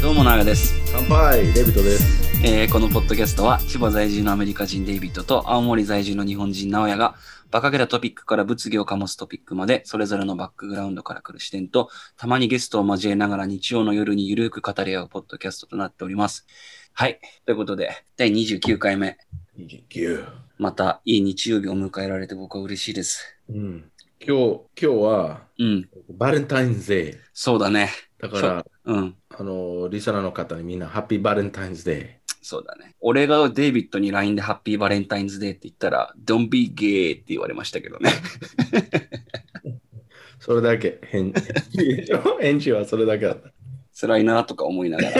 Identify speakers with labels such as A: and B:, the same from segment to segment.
A: どうも長です、
B: 乾杯デビットです。
A: えーこのポッドキャストは千葉在住のアメリカ人デイビッドと青森在住の日本人直哉がバカげたトピックから物議を醸すトピックまでそれぞれのバックグラウンドから来る視点とたまにゲストを交えながら日曜の夜にゆるく語り合うポッドキャストとなっております。はい。ということで第29回目
B: 29。
A: またいい日曜日を迎えられて僕は嬉しいです。
B: うん。今日、今日は
A: うん。
B: バレンタインズデー。
A: そうだね。
B: だから、
A: うん。
B: あの、リサナーの方にみんなハッピーバレンタインズデ
A: そうだね。俺がデイビッドに LINE でハッピーバレンタインズデーって言ったら Don't be gay って言われましたけどね。
B: ー。それだけ。返 返事はそれだけだった。
A: 辛いなとか思いな がら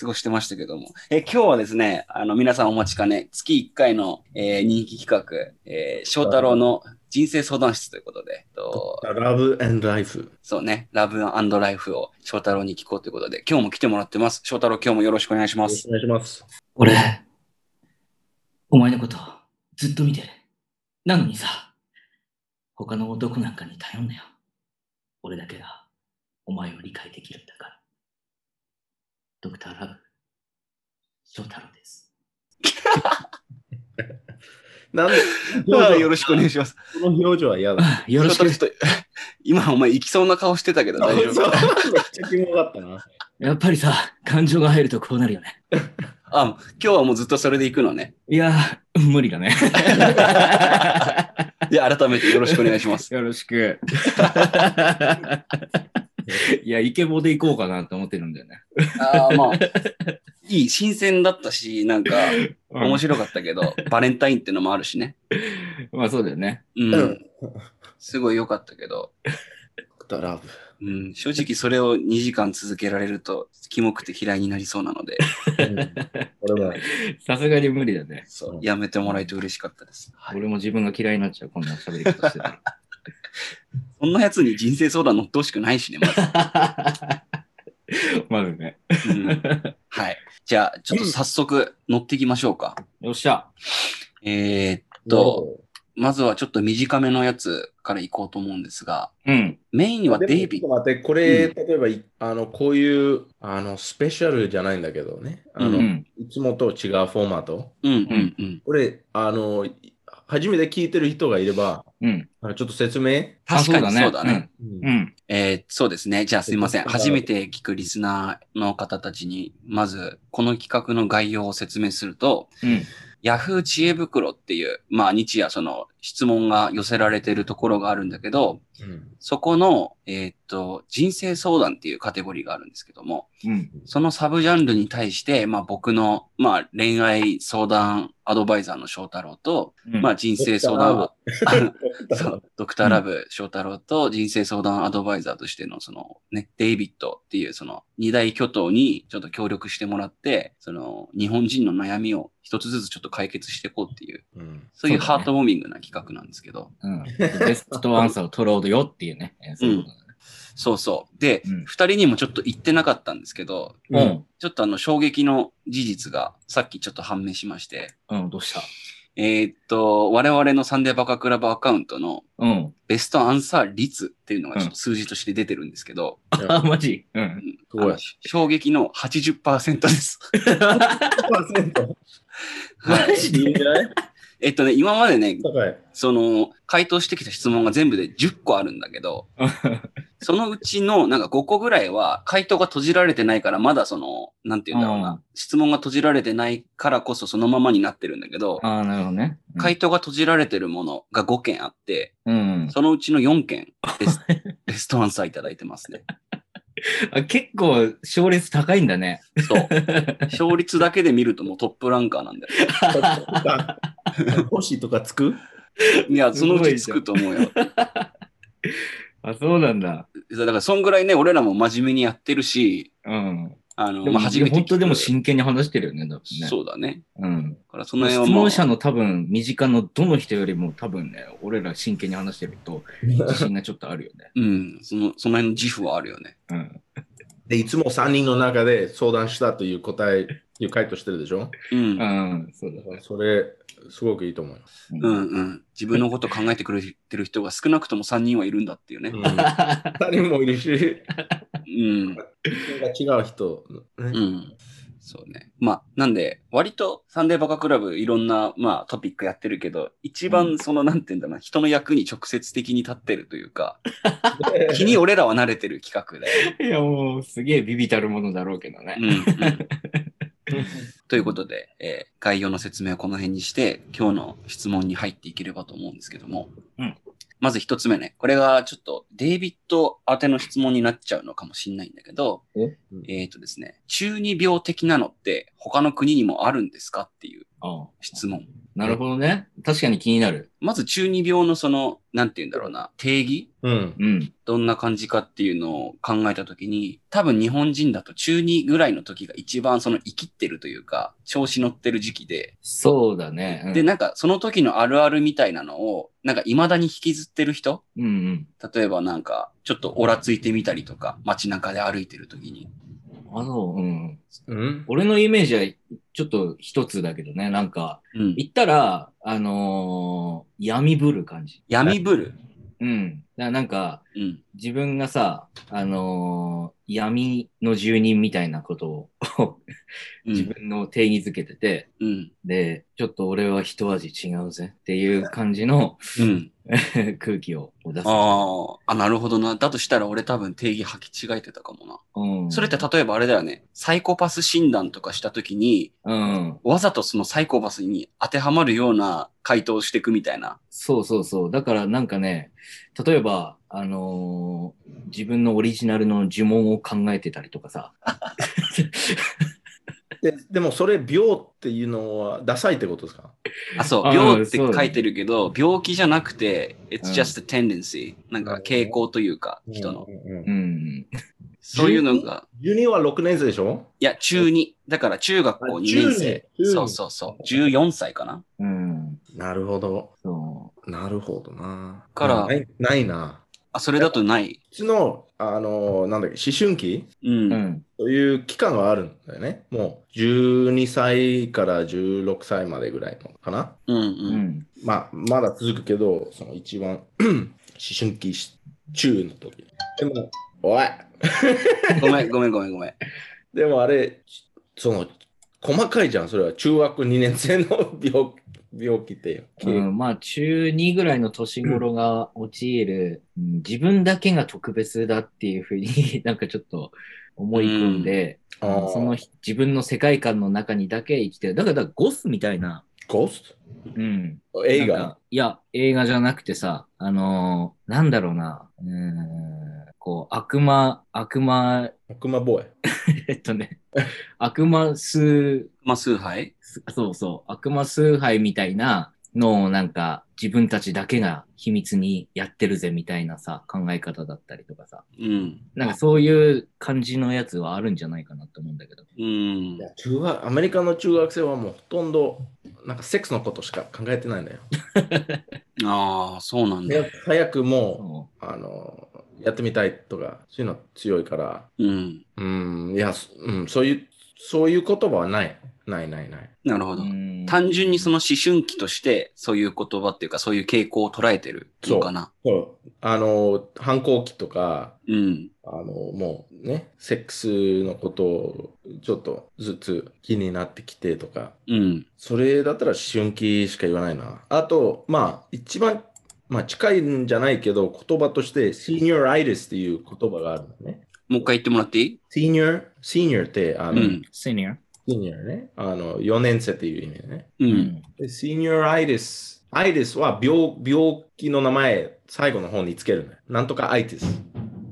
A: 過ごしてましたけども。え、今日はですね、あの、皆さんお待ちかね、月1回の、えー人気企画、えー翔太郎の人生相談室ということで、と
B: ラブアンドライフ。
A: そうね、ラブライフを翔太郎に聞こうということで、今日も来てもらってます。翔太郎、今日もよろしくお願いし
B: お
A: ます。
B: 願いします。
C: 俺、お前のことずっと見てる。なのにさ、他の男なんかに頼んなよ。俺だけがお前を理解できるんだから。ドクターラブ、翔太郎です。
B: なんで、
A: あーよろしくお願いします。
B: この表情は 嫌だ。
C: あよろしく。
A: 翔太郎ちょっと 今お前行きそうな顔してたけど大丈
B: そう
A: 夫
B: めっ ちゃキモかったな。
C: やっぱりさ、感情が入るとこうなるよね。
A: あ、今日はもうずっとそれで行くのね。
C: いやー、無理だね。
A: で、改めてよろしくお願いします。
C: よろしく。いや、イケボで行こうかなと思ってるんだよね。
A: あーまあ、いい、新鮮だったし、なんか、面白かったけ ど、バレンタインってのもあるしね。
C: まあそうだよね。
A: うん。
B: うん
A: すごい良かったけど、
B: ドクターラブ。
A: うん、正直それを2時間続けられると、キモくて嫌いになりそうなので、
B: うん俺も
C: さすがに無理だね。
A: そううんやめてもらえて嬉しかったです。
C: 俺も自分が嫌いになっちゃう、こんな喋り方して た
A: そんなやつに人生相談乗ってほしくないしね、まず。
C: ら。まずね。
A: うんはい。じゃあ、ちょっと早速乗っていきましょうか。
C: よっしゃ。
A: えーっと、
B: ど
A: まずはちょっと短めのやつからいこうと思うんですが、
C: うん。
A: メインは
B: でも
A: デイ
B: ちょ
A: ビ
B: っ
A: ッ
B: と待って、これ、例えばい、あの、こういう、あの、スペシャルじゃないんだけどね。あ
C: う
B: の、
C: ん。
B: いつもと違うフォーマット。
A: うんうんうん。
B: これ、あの、初めて聞いてる人がいれば、
C: うん。
B: あのちょっと説明。
C: あ
A: 確かにそうだね。。
C: うんうん。
A: えーそうですね。じゃあすいません。
B: えっと
A: 初めて聞くリスナーの方たちに、まず、この企画の概要を説明すると、
C: うん。
A: Yahoo 知恵袋っていう、まあ日夜その質問が寄せられてるところがあるんだけど、
B: うん
A: そこの、えーっと、人生相談っていうカテゴリーがあるんですけども、
C: うん。
A: そのサブジャンルに対して、まあ僕の、まあ恋愛相談アドバイザーの翔太郎と、
C: うん
A: まあ人生相談、 そう、ドクターラ
C: うん
A: ブ翔太郎と人生相談アドバイザーとしての、そのね、デイビッドっていうその二大巨頭にちょっと協力してもらって、その日本人の悩みを一つずつちょっと解決していこうっていう、
B: うん
A: そういう
C: そうだ
A: ハ
C: ね
A: ートウォーミングな企画なんですけど。
C: うん。ベストアンサーを取ろうよっていうね。えーそういうこ
A: そうそう。で、
C: うん
A: 二、人にもちょっと言ってなかったんですけど、
C: とだね。
A: ちょっとあの衝撃の事実がさっきちょっと判明しまして、
C: うん。うん。どうした
A: えーっと、我々のサンデーバカクラブアカウントの
C: うん。
A: ベストアンサー率っていうのがちょっと数字として出てるんですけど、
C: あ、マジうん。
B: すごい
A: あの衝撃の80%です。はい
C: マジで
B: いいんじゃない
A: えっとね、今までね、
B: 高い。
A: その、回答してきた質問が全部で10個あるんだけど、そのうちのなんか5個ぐらいは回答が閉じられてないから、まだその、なんて言うんだろうな、
C: うん
A: 質問が閉じられてないからこそそのままになってるんだけど、
C: ああ、なるほどね。うん
A: 回答が閉じられてるものが5件あって、
C: うん。
A: そのうちの4件ベスベストアンサーいただいてますね。
C: あ結構、勝率高いんだね。
A: そう。勝率だけで見るともうトップランカーなんだよ。
B: 星とかつく
A: いや、そのうちつくと思うよ。
C: あ、そうなんだ。
A: だから、そんぐらいね、俺らも真面目にやってるし、
C: うん。
A: あの、
C: でも、
A: まあ、初めて聞く。
C: 本当でも真剣に話してるよね、だってね。
A: そうだね。
C: うん。
A: だから、その辺は
C: 質
A: もう
C: 問者の多分、身近のどの人よりも多分ね、俺ら真剣に話してると、自信がちょっとあるよね。
A: うん、その、その辺の自負はあるよね。
C: うん。
B: で、いつも3人の中で相談したという答えいう回答してるでしょ
A: うん
C: う。ん、そうだね。
B: それ、すごくいいと思います。
C: う
A: うんうん。自分のこと考えてくれてる人が少なくとも3人はいるんだっていうね
B: う。ん、2人もいるし、
A: うん。
B: なんか違う人、
A: う
B: ね
A: ん。そうね。まあ、なんで、割とサンデーバカクラブいろんな、まあ、トピックやってるけど、一番その、なんていうんだろうな、人の役に直接的に立ってるというか、気に俺らは慣れてる企画だよね。
C: いや、もう、すげえビビたるものだろうけどね。
A: うんうん。ということで、えー概要の説明はこの辺にして、今日の質問に入っていければと思うんですけども、
C: うん
A: まず一つ目ね、これがちょっとデイビッド宛ての質問になっちゃうのかもしれないんだけど、
C: おうん
A: えっ、とですね、中二病的なのって他の国にもあるんですかっていう
C: ああ
A: 質問。
C: なるほどね。確かに気になる。
A: まず中二病のその、なんて言うんだろうな、定義
B: うん。
C: うん。
A: どんな感じかっていうのを考えたときに、多分日本人だと中二ぐらいの時が一番その生きってるというか、調子乗ってる時期で、
C: そうだね。うん
A: で、なんかその時のあるあるみたいなのを、なんか未だに引きずってる人
C: うんうん。
A: 例えばなんか、ちょっとオラついてみたりとか、街中で歩いてる時に。
C: あの、うん。
B: うん。
C: 俺のイメージは、ちょっと一つだけどね、なんか、
A: うん。
C: 行ったら、あのー闇ぶる感じ。
A: 闇ぶる。
C: うん。だからなんか、
A: うん。
C: 自分がさ、あのー闇の住人みたいなことを
A: う
C: 自
A: ん。
C: 分の定義づけてて、
A: うん。
C: で、ちょっと俺は一味違うぜっていう感じの
A: うん。
C: 空気を出す。
A: ああ、あ、なるほどな。だとしたら俺多分定義履き違えてたかもな。
C: うん、
A: それって例えばあれだよね。サイコパス診断とかした時に、
C: うん。
A: わざとそのサイコパスに当てはまるような回答をしていくみたいな。
C: そうそうそう。だからなんかね、例えば、あのー自分のオリジナルの呪文を考えてたりとかさ。
B: ででも、それ、病っていうのは、ダサいってことですか
A: あ、そう
C: あ。ー
A: 病って
C: そうだ
A: 書
C: ね
A: いてるけど、病気じゃなくて、it's
C: うん
A: just a tendency. なんか傾向というか、人の。
B: うん
C: うん。
A: そういうのが、
B: ユニは6年生でしょ
A: いや、中2。だから中学校
B: あ
A: 2年生。
B: 中二
A: そうそうそう。14歳かな。
C: うん。
B: なるほど。
C: そ
B: なるほどな。
A: から
B: ないないな。
A: あ、それだとない。
B: うちの、あの、なんだっけ、思春期
A: う
C: う。
A: ん。
C: う
A: うん。
C: ん。
B: という期間があるんだよね。もう、12歳から16歳までぐらいのかな。
A: うん。
C: うん。
B: まあ、まだ続くけど、その一番、 思春期し中の時。でも、おい
A: ごめん、ごめん、ごめん、ごめん。
B: でもあれ、その、細かいじゃん、それは。中学2年生の病 病気って。
C: うん、まあ、中2ぐらいの年頃が陥る、うん自分だけが特別だっていうふうに なんかちょっと思い込んで、
B: あ
C: あの
B: ー
C: その日自分の世界観の中にだけ生きてる。だから、だからゴスみたいな、
B: ゴース
C: うん、
B: ト映
C: なん
B: 画
C: かいや、映画じゃなくてさ、あのーなんだろうな、うーん、こう、悪魔、悪魔、
B: 悪魔ボーイ。
C: えっとね、悪魔崇、
A: まあ、崇拝
C: そうそう、悪魔崇拝みたいなのをなんか、自分たちだけが秘密にやってるぜみたいなさ、考え方だったりとかさ、
A: うん。
C: なんかそういう感じのやつはあるんじゃないかなと思うんだけど。
A: うん
B: い。や中学アメリカの中学生はもうほとんどなんかセックスのことしか考えてないんだよ。
A: ああ、そうなんだ。
B: 早く早くも
C: そう
B: あのやってみたいとかそういうの強いから
A: うん。
B: うんいや、そうん、そういうそういう言葉はないないないない。
A: なるほ
C: う
A: ど。
C: ーん
A: 単純にその思春期として、そういう言葉っていうか、そういう傾向を捉えてるのかな。
B: そうあの反抗期とか
A: うん。
B: あのもうねセックスのことをちょっとずつ気になってきてとか
A: うん。
B: それだったら思春期しか言わないな。あと、まあ、一番、まあ、近いんじゃないけど、言葉として senioritis っていう言葉があるんだね。
A: もう一回言ってもらっていい
B: senior, senior って、あ
A: う
B: の、
A: ん。
C: senior?
B: senior ね。あの、4年生っていう意味ね。
A: う。。
C: うん
B: で senioritis。itis は病病気の名前、最後の方につけるんだよ。なんとか itis。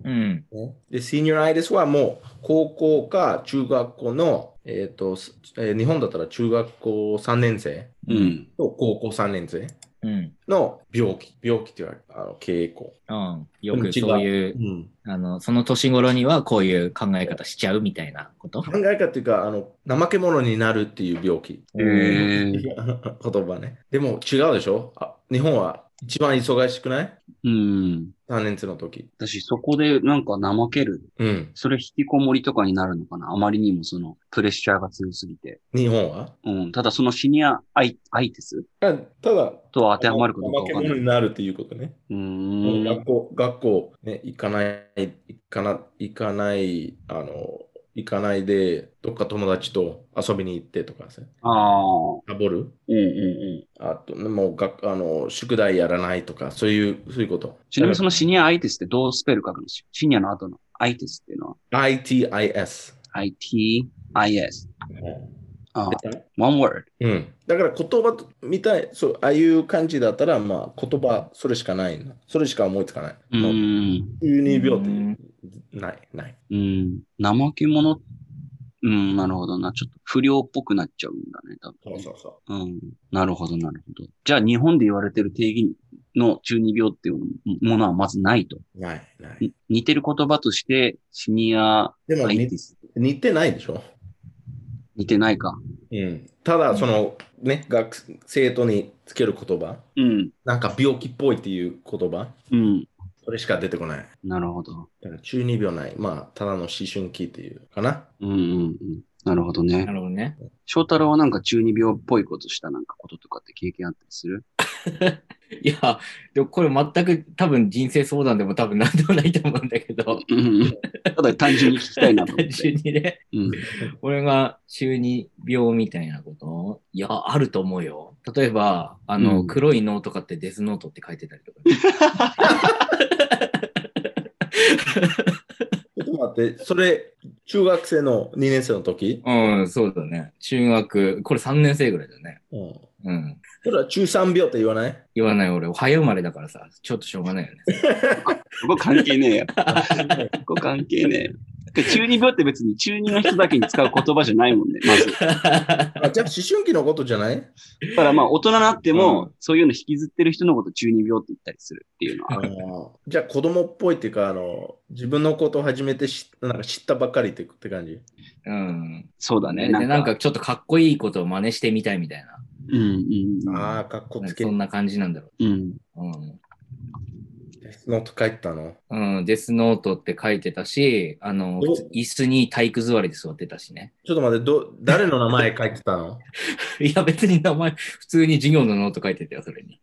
C: うん。
B: で、senioritis はもう、高校か中学校の、えっ、と、すえー日本だったら中学校3年生
A: うん。
B: と高校3年生。
C: うん。
B: の病気、病気というか、あの傾向。
C: うん、よ
B: でも違
C: く
B: う
C: そういうあの、その年頃にはこういう考え方しちゃうみたいなこと
B: 考え方というか、あの、怠け者になるっていう病気。
A: へえ。
B: 言葉ね。でも違うでしょあ日本は一番忙しくない
A: うん。
B: ?3 年生の時。
A: 私、そこでなんか怠ける。
B: うん。
A: それ引きこもりとかになるのかなあまりにもその、プレッシャーが強すぎて。
B: 日本は
A: うん。ただ、そのシニアアイアイテス
B: あただ、
A: とは当てはまるかどうかわ
B: け
A: かんな
B: 者
A: い。
B: になるっていうことね。
A: うーん
B: 学。校、学校、ね、行かない、行かな、行かない、あの、行かないで、どっか友達と遊びに行ってとかさ、
A: ああ。
B: サボる
A: うんうんうん。
B: あと、もう学、あの、宿題やらないとか、そういう、そういうこと。
A: ちなみにそのシニアアイテスってどうスペル書くのしシニアの後のアイテスっていうのは
B: ITIS。
A: ITIS。ああ、one word。
B: うん。だから言葉とみたい、そう、ああいう感じだったら、まあ、言葉、それしかないな。それしか思いつかない。
A: う
B: もう、
A: ん。
B: 12秒って
C: うん
B: ない、ない。
A: うん。怠け者、うん、なるほどな。ちょっと不良っぽくなっちゃうんだね、多
B: そう
A: 分。
B: そうそ
A: うん。なるほど、なるほど。じゃあ、日本で言われてる定義の12秒っていうものはまずないと。
B: う。ない、ない。
A: に似てる言葉として、シニア
B: でも、
A: アイ
B: に
A: ティス。
B: 似てないでしょ
A: 似てないか。
B: うん。ただ、その、ね、学生徒につける言葉、
A: うん。
B: なんか病気っぽいっていう言葉、
A: うん。
B: それしか出てこない。
A: なるほど。
B: だから、中二病ない。まあ、ただの思春期っていうかな。
A: うんうんうん。なるほどね
C: な。るほどね。
A: 翔太郎はなんか中二病っぽいことしたなんかこととかって経験あったりする
C: いや、でもこれ全く多分人生相談でも多分何でもないと思うんだけど、
A: ただ単純に聞きたいなと思っ
C: 単純
A: て。
C: に
A: う
C: ね、
A: ん。
C: 俺が中二病みたいなこといや、あると思うよ。例えば、あの、
A: うん
C: 黒い脳とかってデスノートって書いてたりとか。
B: ちょっと待って、それ、中学生の2年生の時、
C: うん、そうだね。中学、これ3年生ぐらいだよね。
B: うん、
C: うん。
B: それは中3病って言わない
C: 言わない俺、早生まれだからさ、ちょっとしょうがないよね。
A: そこ関係ねえよ。そこ関係ねえ。中二病って別に中二の人だけに使う言葉じゃないもんね、まず。
B: あじゃあ思春期のことじゃない
A: だからまあ大人になっても、
C: うん
A: そういうの引きずってる人のこと中二病って言ったりするっていうのは
B: あ。のじゃあ子供っぽいっていうかあの自分のことを初めて知なんか知ったばかりってって感じ。
C: うん。
A: そうだ
C: だ
A: ね。
C: ね。で、なんか、ちょっとかっこいいことを真似してみたいみたいな。
A: うんうん。
B: ああ、かっこつけ
C: そんな感じなんだろ
A: うん。
C: う。うん。
B: ノート書いてたの。
C: うん、デスノートって書いてたし、あの、
B: お
C: 椅子に体育座りで座ってたしね。
B: ちょっと待って、ど誰の名前書いてた の
C: いや、別に名前、普通に授業のノート書いてたよ、それに。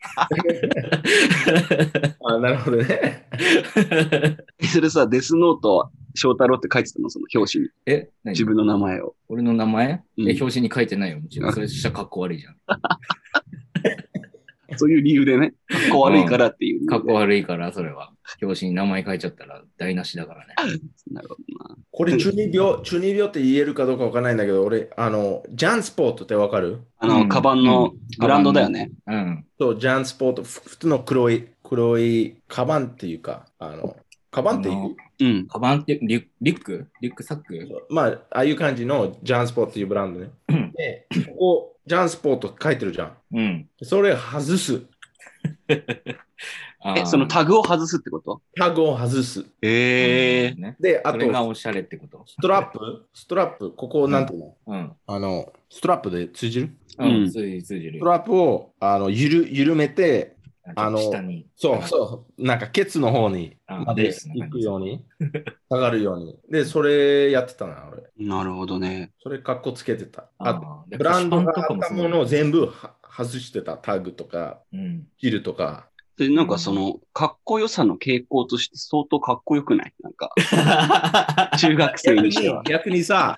B: あなるほどね。
A: えそれさ、デスノート、翔太郎って書いてたの、その表紙に。
C: え何
A: 自分の名前を。
C: 俺の名前、
A: うん
C: え、表紙に書いてないよ、もちろ
A: あ
C: ん。それしたらかっこ悪いじゃん。
A: そういう理由でね、かっこ悪いからっていう理由で。
C: かっこ悪いから、それは。表紙に名前書いちゃったら台無しだからね。
A: なるほどな。
B: これ中二病、中二病って言えるかどうかわかんないんだけど、俺、あの、ジャンスポートってわかる
A: あの、
C: うん
A: カバンのブランドだよね。
C: うん。
B: そう、ジャンスポート、ふ普通の黒い、黒い、カバンっていうか、あの、カバンってい
C: あ
B: う
C: の、
A: うん。
C: カバンってリュリュックリュックサック
B: まあ、ああいう感じのジャンスポートっていうブランドね
C: うん。
B: で、ここ、ジャンスポートって書いてるじゃん。
C: うん。
B: それ外す。
C: あー
A: え、そのタグを外すってこと
B: タグを外す。
A: ええ。
C: ね。
B: で、あ
C: それが
B: と、
C: おしゃれってこと。
B: ストラップストラップ、ここなんていうの、
C: うん。
B: あの、ストラップで通じる
C: う
A: うん
C: ん。通じ通じ
B: ス
C: る
B: ト。ラップを、あの、ゆる、緩めて、あの
C: 下に。
B: そうそう、なんかケツの方に
C: あ
B: まで行くように、下がるように。で、それやってたな、俺。
A: なるほどね。
B: それ格好つけてた。あと、
C: あー
B: ブランド
C: 菓
B: が
C: 子パ
B: あ
C: ン
B: っ
C: と
B: た
C: かも
B: ものを全部は外してた。タグとか、
C: そううん。
B: ヒルとか。
A: で、なんかその、かっこよさの傾向として相当かっこよくないなん か、中学生にしては。
B: 逆にさ、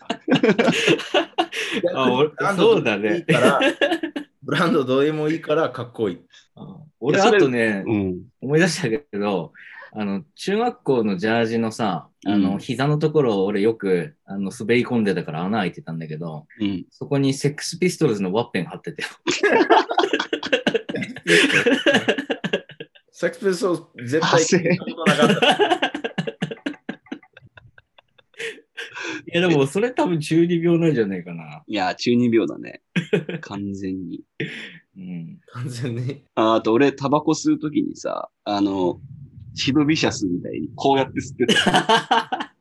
C: あ俺
B: ブランド
C: そうだ
B: ど
C: ね
B: うでもいいから。 ブランドどうでもいいからかっこいい。
C: あ
A: い
C: 俺、
A: やそ
C: あ
A: れ
C: とね、
A: うん。
C: 思い出したけど、あの、中学校のジャージのさ、あ
A: うん
C: の、膝のところを俺よく、あの、滑り込んでたから穴開いてたんだけど、
A: うん。
C: そこにセックスピストルズのワッペン貼ってて、
B: セックスピストルズ絶
A: 派生
B: 対聞いたことなかった。
C: いや、でもそれ多分中二病なんじゃないかな。
A: いや、中二病だ ね。完全に。
C: うん。
B: 完全 に。
A: ああと、俺、タバコ吸うときにさ、 あの、シドビシャスみたいに、こうやって吸ってた。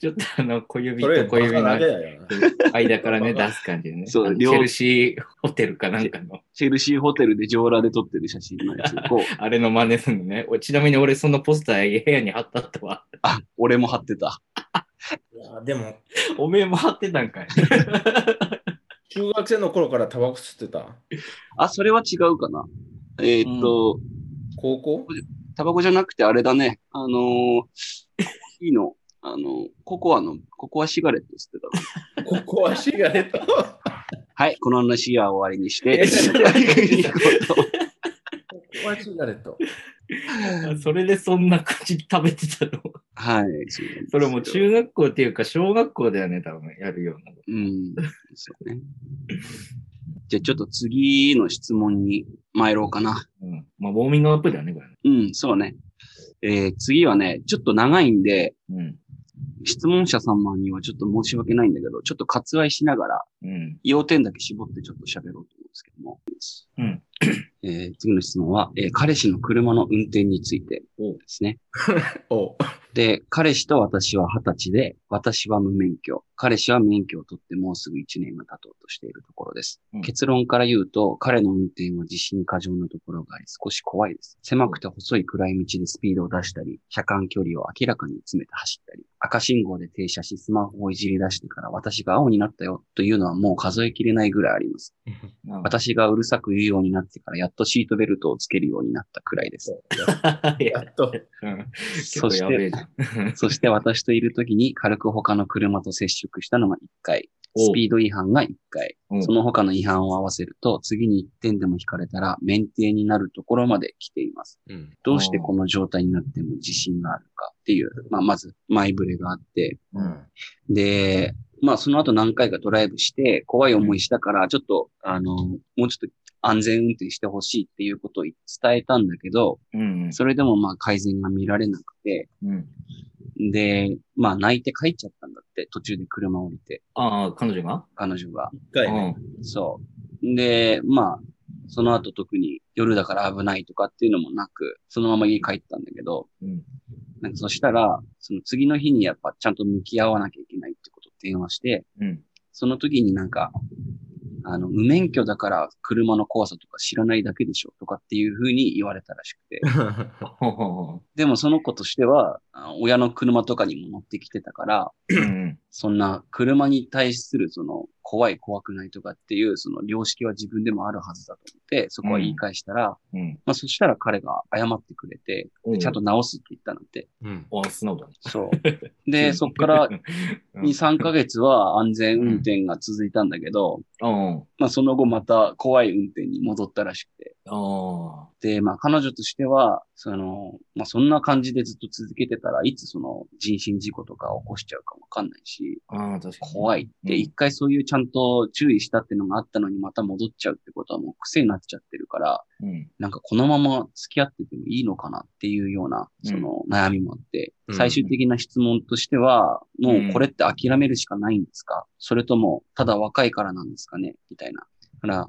C: ちょっとあの、小指
B: それ、
C: と小
B: バカ
C: 指の
B: だけだよな。
C: 間から ね、
B: バカ
C: 出す感じでね。
A: そう
C: あのチ
A: 両
C: ェルシーホテルかなんかの、
A: チェルシーホテルで上裸で撮ってる写真のやつ。こう、
C: あれの真似するのね。おちなみに俺、そのポスター部屋に貼ったとは。
A: あ、俺も貼ってた。
B: いやでも、
C: おめえも貼ってたんかい。
B: 中学生の頃からタバコ吸ってた。
A: あ、それは違うかな。えーっと、
B: 高校
A: タバコじゃなくてあれだね。あのー、いいの。あの、ココアの、ココアシガレット吸ってたの。
B: ここはシガレット。
A: はい、この話は終わりにして、
B: えちょっと待って
A: 行こうと
B: ここはシガレット。
C: それでそんな感じで食べてたの。
A: はい。
C: それも
A: う
C: う中学校っていうか、小学校だよね、多分やるような。
A: うん。そうね。じゃあちょっと次の質問に参ろうかな。
C: うん。まあ、ウォーミングアップだよね、これね。
A: うん、そうね。えー次はね、ちょっと長いんで、
C: うん。
A: 質問者様にはちょっと申し訳ないんだけど、ちょっと割愛しながら、
C: うん。
A: 要点だけ絞ってちょっと喋ろうと思うんですけども。
C: うん。
A: えー次の質問は、えー彼氏の車の運転についてですね。
B: お
A: で、彼氏と私は二十歳で、私は無免許。彼氏は免許を取ってもうすぐ一年が経とうとしているところです。
C: うん
A: 結論から言うと、彼の運転は自信過剰なところがあり、少し怖いです。狭くて細い暗い道でスピードを出したり、車間距離を明らかに詰めて走ったり、赤信号で停車しスマホをいじり出してから私が青になったよというのはもう数えきれないぐらいあります。
C: なんか
A: 私がうるさく言うようになってからやっとシートベルトをつけるようになったくらい です。
C: いや
B: やっと。
C: うん結
A: そ
C: 構
A: し
C: や
A: て
C: べえじゃん。
A: そして私といるときに軽く他の車と接触したのが1回、スピード違反が1回、
C: うん
A: その他の違反を合わせると、次に1点でも引かれたら免停になるところまで来ています。
B: うん。
A: どうしてこの状態になっても自信があるかっていう、まあ、まず前触れがあって、
B: うん。
A: で、まあその後何回かドライブして、怖い思いしたから、ちょっと、あの、もうちょっと安全運転してほしいっていうことを伝えたんだけど、
C: うん。
A: それでもまあ改善が見られなくて、
C: うん。
A: で、まあ泣いて帰っちゃったんだって、途中で車降りて、
C: ああ、彼女が
A: 彼女が。
B: 一回ね。
A: そう。で、まあ、その後特に夜だから危ないとかっていうのもなく、そのまま家帰ったんだけど、
C: うん。うん。
A: なんかそしたら、その次の日にやっぱちゃんと向き合わなきゃいけないってことを電話して、
C: うん。
A: その時になんか、あの、無免許だから車の怖さとか知らないだけでしょとかっていうふうに言われたらしくて。
C: ほうほうほ
A: でもその子としては、あ親の車とかにも乗ってきてたから、
C: ううん。
A: そんな車に対するその怖い怖くないとかっていうその良識は自分でもあるはずだと思って、そこは言い返したら、
C: うん。
A: まあそしたら彼が謝ってくれて、でちゃんと直すって言ったのって。
B: うん。
C: お素直だね。
A: そう。 で、そっから
C: うん、
A: 2、3ヶ月は安全運転が続いたんだけど、
C: うん。
A: まあその後また怖い運転に戻ったらしくて。
C: ああ。
A: で、まあ彼女としては、その、まあそんな感じでずっと続けてたらいつその人身事故とか起こしちゃうかわかんないし、
C: ああ、確かに。
A: 怖いって、
C: うん
A: 一回そういうちゃんと注意したってのがあったのにまた戻っちゃうってことはもう癖になっちゃってるから、
C: うん。
A: なんかこのまま付き合っててもいいのかなっていうような、
C: うん
A: その悩みもあって、
B: うん
A: 最終的な質問としては、も
C: ん
A: うこれって諦めるしかないんですかそれとも、ただ若いからなんですかねみたいな。だから、
C: あ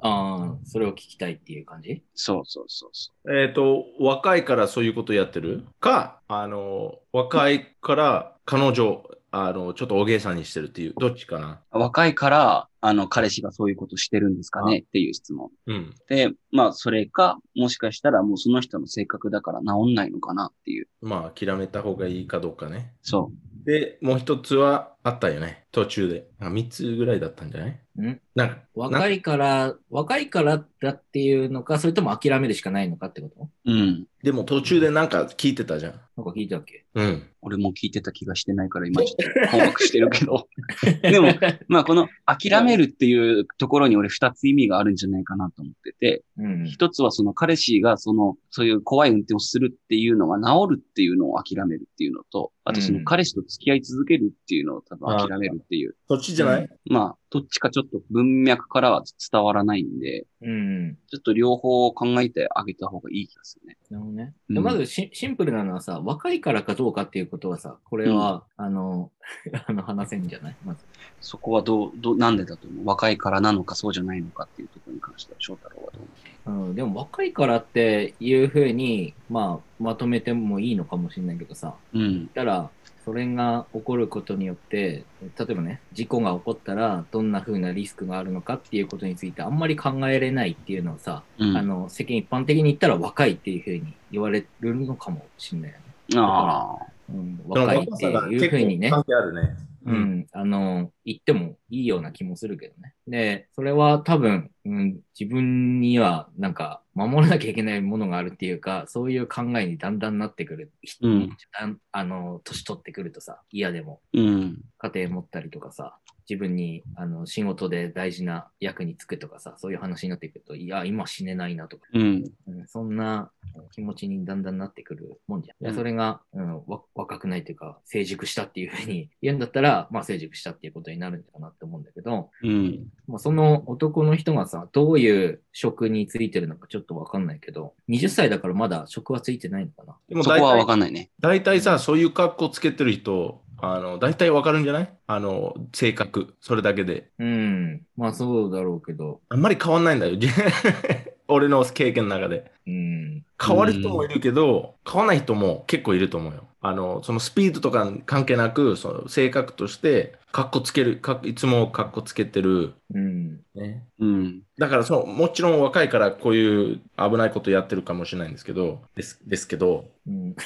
C: あ、それを聞きたいっていう感じ
A: そうそうそうそ
B: えっ、と、若いからそういうことやってるか、あの、若いから彼女、あの、ちょっとおげさんにしてるっていう、どっちかな。
A: う。若いから、あの、彼氏がそういうことしてるんですかねっていう質問。
B: うん。
A: で、まあ、それか、もしかしたらもうその人の性格だから治んないのかなっていう。
B: まあ、諦めた方がいいかどうかね。
A: そう。
B: で、もう一つはあったよね。途中で。あ3つぐらいだったんじゃない
C: うん
B: なんか、
C: 若
B: なんか
C: いから、若いからだっていうのか、それとも諦めるしかないのかってこと
A: うん。
B: でも途中でなんか聞いてたじゃん。
C: なんか聞いたっけ
B: うん。
A: 俺も聞いてた気がしてないから今ちょっと困惑してるけど。 でも、まあこの諦めるっていうところに俺二つ意味があるんじゃないかなと思ってて、
C: うん。
A: 一つはその彼氏がその、そういう怖い運転をするっていうのは治るっていうのを諦めるっていうのと、あとその彼氏と付き合い続けるっていうのを多分諦めるっていう、
B: そっちじゃない、
A: まあどっちかちょっと文脈からは伝わらないんで、
C: うん。
A: ちょっと両方考えてあげた方がいい気がするね。
C: なるほどね。
A: うん
C: まずシンシンプルなのはさ、若いからかどうかっていうことはさ、これは、あの、 あの話せんじゃないまず。
A: そこはどう、どう、なんでだと思う若いからなのかそうじゃないのかっていうところに関しては、翔太郎はどう思
C: うん、でも若いからっていうふうに、まあ、まとめてもいいのかもしれないけどさ、
A: ううん。
C: たら、それが起こることによって、例えばね、事故が起こったら、どんな風なリスクがあるのかっていうことについて、あんまり考えれないっていうのをさ、
A: うん。
C: あの、世間一般的に言ったら若いっていう風に言われるのかもしれないよね。
A: ああ。
C: うん、若いっていう風にね。
B: 関係あるね。
C: う。ん、あの、言ってもいいような気もするけどね。で、それは多分、うん、自分にはなんか守らなきゃいけないものがあるっていうか、そういう考えにだんだんなってくる。
A: うん。
C: だんあの、年取ってくるとさ、嫌でも
A: うん。
C: 家庭持ったりとかさ、自分にあの仕事で大事な役に就くとかさ、そういう話になってくると、いや、今死ねないなとか、
A: うん。
C: うんそんな気持ちにだんだんなってくるもんじゃん。
B: うん
C: それが、うん、わ若くないというか、成熟したっていうふうに 言うんだったら、まあ成熟したっていうことになるんかなって思うんだけど、
A: うん。
C: まあ、その男の人がさ、どういう職についてるのかちょっとわかんないけど、20歳だからまだ職はついてないのかな。
B: でも
A: そこはわ
B: 大体
A: かんないね。
B: 大体さ、そういう格好つけてる人、あの大体わかるんじゃないあの性格、それだけで。
C: うん、まあそうだろうけど、
B: あんまり変わんないんだよ。 俺の経験の中で。
C: うん、
B: 変わる人もいるけど、変わらない人も結構いると思うよ。あの、そのスピードとか関係なく、その性格として、かっこつける、かっいつもかっこつけてる。
C: うん、
B: ね。
A: うん。
B: だからその、もちろん若いからこういう危ないことやってるかもしれないんですけど、ですですけど、
C: うん、
B: で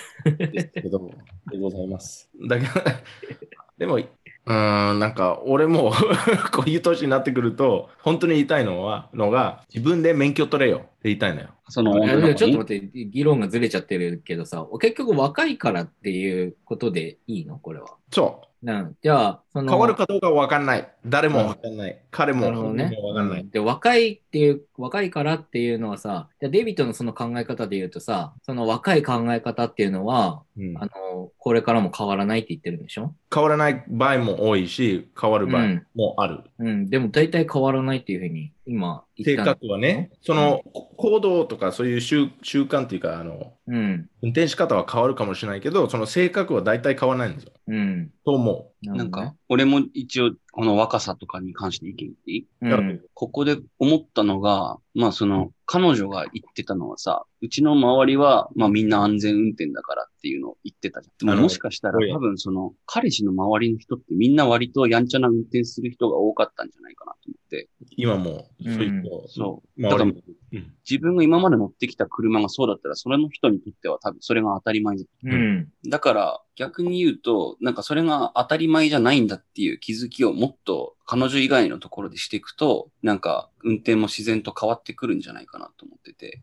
B: すけど、でございます。だから、 でも、うーん、なんか、俺も、 こういう年になってくると、本当に言いたいのは、のが、自分で免許取れよって言いたいのよ。
A: その
C: い
A: 女
C: やで
A: の
C: も
A: 子
C: ちょっ
A: に
C: と。待って、議論がずれちゃってるけどさ、結局若いからっていうことでいいのこれは。
B: そう。
C: なんじゃあ、その、
B: 変わるかどうかは分かんない。誰も分かんない。彼も
C: なるほど
B: 本
C: ね
B: 人も分かんない。
C: で、若いっていう、若いからっていうのはさ、じゃあデイビッドのその考え方で言うとさ、その若い考え方っていうのは、
B: うん
C: あの、これからも変わらないって言ってるんでしょ
B: 変わらない場合も多いし、変わる場合もある。
C: うん、でも大体変わらないっていうふうに、今言
B: 性
C: った。
B: 格はね、その行動とかそういう習習慣というか、あの、
C: うん、
B: 運転し方は変わるかもしれないけど、その性格は大体変わらないんですよ。
C: うん。
B: と思
C: な
A: なん
C: るほどね
A: か、、俺も一応、この若さとかに関して意見言っていい
C: うん、
A: ここで思ったのが、まあその、彼女が言ってたのはさ、うちの周りは、まあみんな安全運転だからっていうのを言ってたじゃん。で
B: あ
A: も
B: の
A: もしかしたら
B: おや
A: 多分その、彼氏の周りの人ってみんな割とやんちゃな運転する人が多かったんじゃないかなと思って。
B: う。今も、そういう人、
A: そう。
B: まあ
A: だから
B: 俺もうん
A: 自分が今まで乗ってきた車がそうだったら、それの人にとっては多分それが当たり前じゃん
C: うん、
A: だから逆に言うと、なんかそれが当たり前じゃないんだっていう気づきをもっと彼女以外のところでしていくと、なんか運転も自然と変わってくるんじゃないかなと思ってて。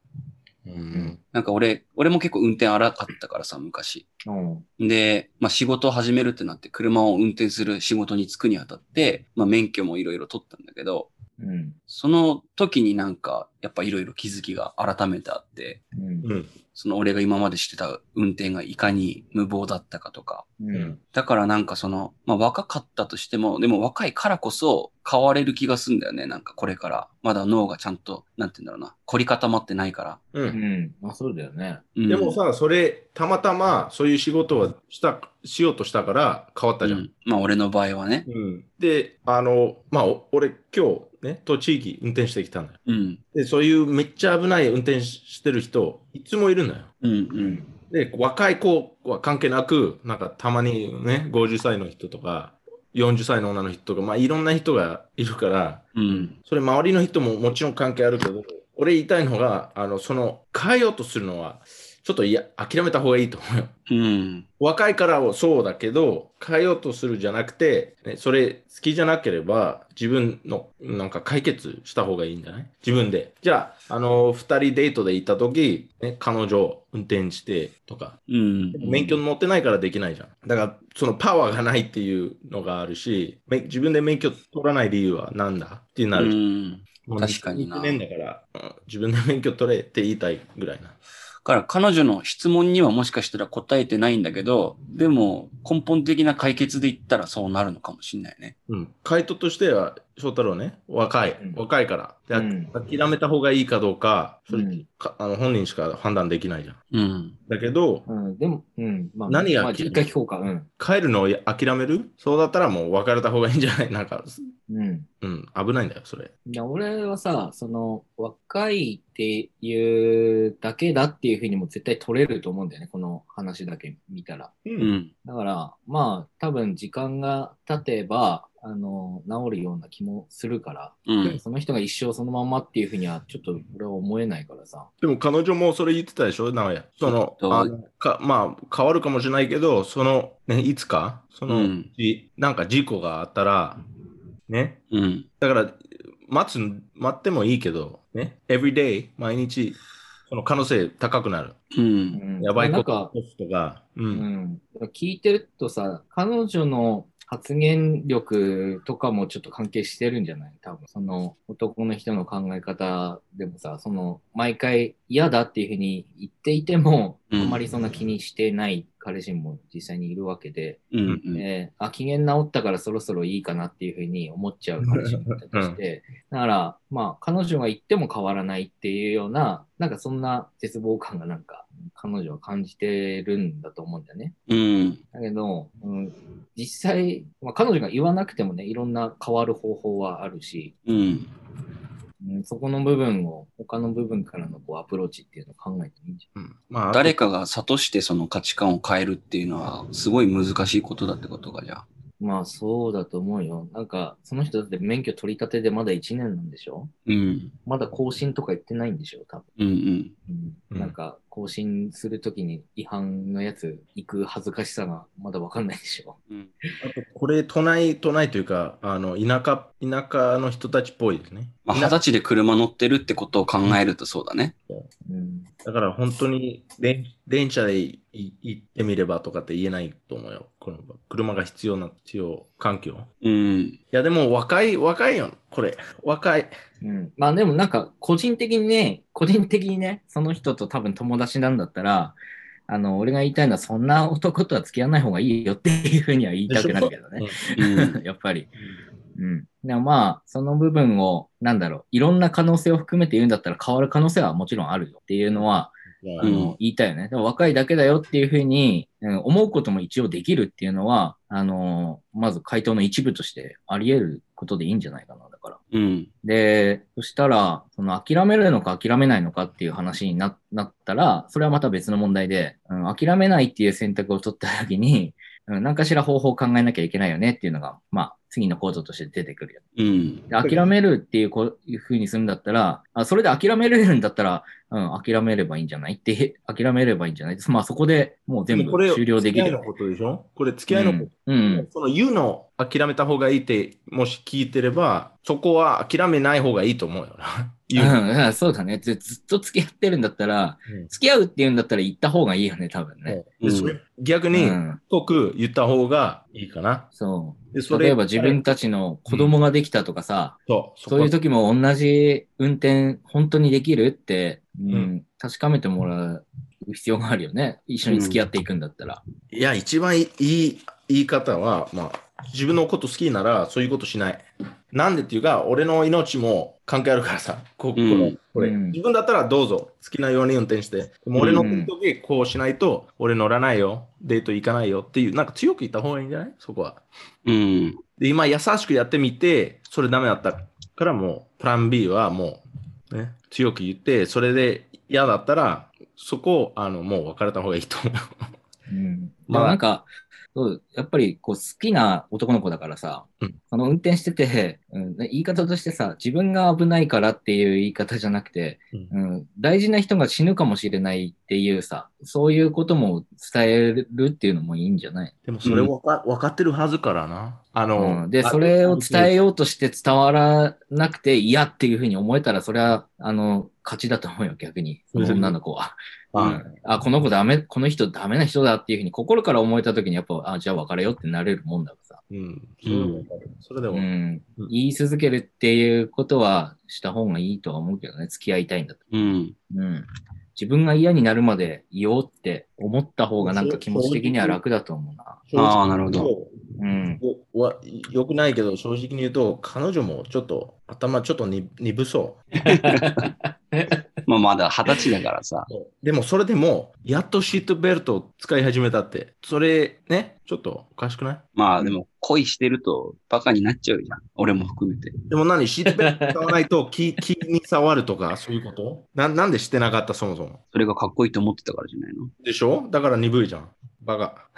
B: うん
A: なんか俺、俺も結構運転荒かったからさ、昔。
C: うん、
A: で、まあ仕事を始めるってなって車を運転する仕事に就くにあたって、まあ免許もいろいろ取ったんだけど、
C: うん、
A: その時になんかやっぱいろいろ気づきが改めてあって、
C: うん、
B: うん。
A: その俺が今までしてた運転がいかに無謀だったかとか、
C: う
B: うんん。
A: だからなんかその、まあ若かったとしても、でも若いからこそ変われる気がすんだよね、なんかこれから。まだ脳がちゃんと、なんて言うんだろうな、凝り固まってないから。
B: う
C: うんん、まあそうだよね。
A: うん
B: でも、さ、それ、たまたまそういう仕事をした、しようとしたから変わったじゃん。
A: うんまあ俺の場合はね。
B: うんで、あの、まあ、お俺、今日、ね、栃木運転してきたんだよ。
A: うん。
B: で、そういうめっちゃ危ない運転ししてる人、いつもいるのよ。
A: うん
C: う
A: うん。
B: で、若い子は関係なく、なんかたまにね、50歳の人とか、40歳の女の人とか、まあ、いろんな人がいるから、
A: うん。
B: それ、周りの人ももちろん関係あるけど、俺言いたいのが、あの、その、変えようとするのは、ちょっといや、諦めた方がいいと思うよ。
A: うん。
B: 若いからをそうだけど変えようとするじゃなくて、ね、それ好きじゃなければ自分のなんか解決した方がいいんじゃない自分でじゃああの2人デートで行った時、ね、彼女運転してとか
A: うん。
B: 免許持ってないからできないじゃんだからそのパワーがないっていうのがあるしめ自分で免許取らない理由は何だってな
A: う
B: る、
A: ん。
B: もう
A: 確かにな
B: 20年だから、うん自分で免許取れって言いたいぐらいな
A: だから彼女の質問にはもしかしたら答えてないんだけど、でも根本的な解決で言ったらそうなるのかもしれないね。
B: うん、回答としては、翔太郎ね、若い、
C: うん
B: 若いから、で
C: うん
B: 諦めた方がいいかどうか、それ
C: ん
B: かあの本人しか判断できないじゃん。
A: うん。
B: だけど、
C: うん、でも、うん、まあ、
B: 何が
C: まあ、
B: 気に
C: 実家聞こうか。うん。
B: 帰るのを諦めるそうだったらもう別れた方がいいんじゃないなんか、
C: うん。
B: うん、危ないんだよ、それ。
C: いや俺はさ、その、若いっていうだけだっていうふうにも絶対取れると思うんだよね、この話だけ見たら。
B: う
A: う。ん。
C: だから、まあ、多分時間が経てば、あの、治るような気もするから、
A: うん。
C: その人が一生そのまんまっていうふうには、ちょっと俺は思えないからさ。
B: でも彼女もそれ言ってたでしょ、長屋。その、
A: ちょっと
B: あのかまあ、変わるかもしれないけど、その、ね、いつか、その、
A: うん
B: じなんか事故があったら、ね、
A: うん。
B: だから、待つ、待ってもいいけど、ね、every day、毎日、その可能性高くなる。
A: う。
C: うんん、
B: やばい
C: なん
B: こと
C: か、
B: 起こすとか、う。
C: うんん、聞いてるとさ、彼女の発言力とかもちょっと関係してるんじゃない多分、その男の人の考え方でもさ、その、毎回嫌だっていうふうに言っていても、あ
A: うん
C: んまりそんな気にしてない彼氏も実際にいるわけで、
A: うん。うん。
C: えーあ、機嫌治ったからそろそろいいかなっていうふうに思っちゃう彼氏もいたとして、だから、まあ、彼女が言っても変わらないっていうような、なんかそんな絶望感がなんか、彼女は感じてるんだと思うんだよね。
A: うん。
C: だけど、うん、実際、まあ、彼女が言わなくてもね、いろんな変わる方法はあるし、
A: うん。
C: うん、そこの部分を、他の部分からのこうアプローチっていうのを考えてもいいんじ
B: うんまあ、
A: 誰かが諭してその価値観を変えるっていうのは、すごい難しいことだってことが、じゃあ。
C: ゃん。まあ、そうだと思うよ。なんか、その人だって免許取り立てでまだ1年なんでしょ
A: うん。
C: まだ更新とか言ってないんでしょ多分。
A: うんうん。
C: う
B: うん
C: ん、なんか、更新するときに違反のやつ行く恥ずかしさがまだわかんないでしょ。
A: うん。
B: あとこれ、都内、都内というか、あの、田舎、田舎の人たちっぽいですね。
A: まあ、二十歳で車乗ってるってことを考えるとそうだね。
C: うん。
B: だから本当に電電車でいい行ってみればとかって言えないと思うよ。この車が必要な必要環境。
A: うん。
B: いやでも若い、若いよ、これ。若い。
C: うん、まあでもなんか、個人的にね、個人的にね、その人と多分友達なんだったら、あの、俺が言いたいのは、そんな男とは付き合わない方がいいよっていうふうには言いたくなるけどね。
A: うん。
C: やっぱり。うん。でもまあ、その部分を、なんだろう、いろんな可能性を含めて言うんだったら変わる可能性はもちろんあるよっていうのは、あ
B: うん
C: の、言いたいよね。でも若いだけだよっていうふうに、うん思うことも一応できるっていうのは、あの、まず回答の一部としてあり得ることでいいんじゃないかな、だから。
A: うん。
C: で、そしたら、その諦めるのか諦めないのかっていう話にななったら、それはまた別の問題で、うん、諦めないっていう選択を取った時に、うん、何かしら方法を考えなきゃいけないよねっていうのが、まあ、次の構造として出てくるよ。
A: うん。
C: で諦めるっていうこういう風にするんだったら、あそれで諦めれるんだったら、うん、諦めればいいんじゃないって、諦めればいいんじゃないまあ、そこでもう全
B: も
C: 部
B: これ
C: 終了でき
B: 付き合
C: る
B: いの
C: よね。
B: ことでしょこれ付き合いのこと。
C: うん、うん
B: その言うのを諦めた方がいいって、もし聞いてれば、そこは諦めない方がいいと思うよな。言うの
C: うんうん そうだねず。ずっと付き合ってるんだったら、
B: うん
C: 付き合うっていうんだったら行った方がいいよね、多分ね。
B: でそれ逆に、
C: うん
B: 太く言った方がいいかな。
C: そ。
B: でそうれ
C: 例えば自分たちの子供ができたとかさ、
B: そうそこ
C: そういう時も同じ運転本当にできるって、うん
B: うん
C: 確かめてもらう必要があるよね。一緒に付き合っていくんだったら。
B: いや、一番いいいい言い方は、まあ、自分のこと好きならそういうことしない。なんでっていうか、俺の命も関係あるからさ、ここ
A: うん
B: のこれ、
C: うん
B: 自分だったらどうぞ、好きなように運転して。でも俺の時こうしないと、俺乗らないよ、デート行かないよっていう、なんか強く言った方がいいんじゃないそこは。
A: うん。
B: で、今、優しくやってみて、それダメだったから、もう、プラン B はもう、ね、強く言って、それで嫌だったら、そこを、あの、もう別れた方がいいと思う。
C: うん
B: ま
C: ま
B: あ
C: あなんか、そうやっぱりこう好きな男の子だからさ、
B: うん
C: その運転してて、うん、言い方としてさ、自分が危ないからっていう言い方じゃなくて、
B: う
C: うん、大事な人が死ぬかもしれないっていうさ、そういうことも伝えるっていうのもいいんじゃない、
B: でもそれわか,、わかってるはずからな。あの、
C: うん、で、それを伝えようとして伝わらなくて嫌っていうふうに思えたら、それは、あの、勝ちだと思うよ、逆に。その女の子は。
B: あ
C: うんあ、この子ダメ、この人ダメな人だっていうふうに心から思えたときにやっぱ、あ、じゃあ別れようってなれるもんだからさ。
B: うん。
A: うん
B: それで
C: う
B: も、
C: ん
B: うん。
C: 言い続けるっていうことはした方がいいとは思うけどね、付き合いたいんだと。
A: うん。
C: うん。自分が嫌になるまで言おうって思った方がなんか気持ち的には楽だと思うな。
A: ああ、なるほど。
C: うん。
B: おわよくないけど、正直に言うと、彼女もちょっと頭ちょっとに鈍そう。
A: まあまだ二十歳だからさ。
B: でもそれでも、やっとシートベルトを使い始めたって、それね、ちょっとおかしくない
A: まあでも恋してるとバカになっちゃうじゃん。俺も含めて。
B: でも何シートベルト使わないと 気気に触るとか、そういうことななんでしてなかった、そもそも。
A: それがかっこいいと思ってたからじゃないの。
B: でしょだから鈍いじゃん。バカ。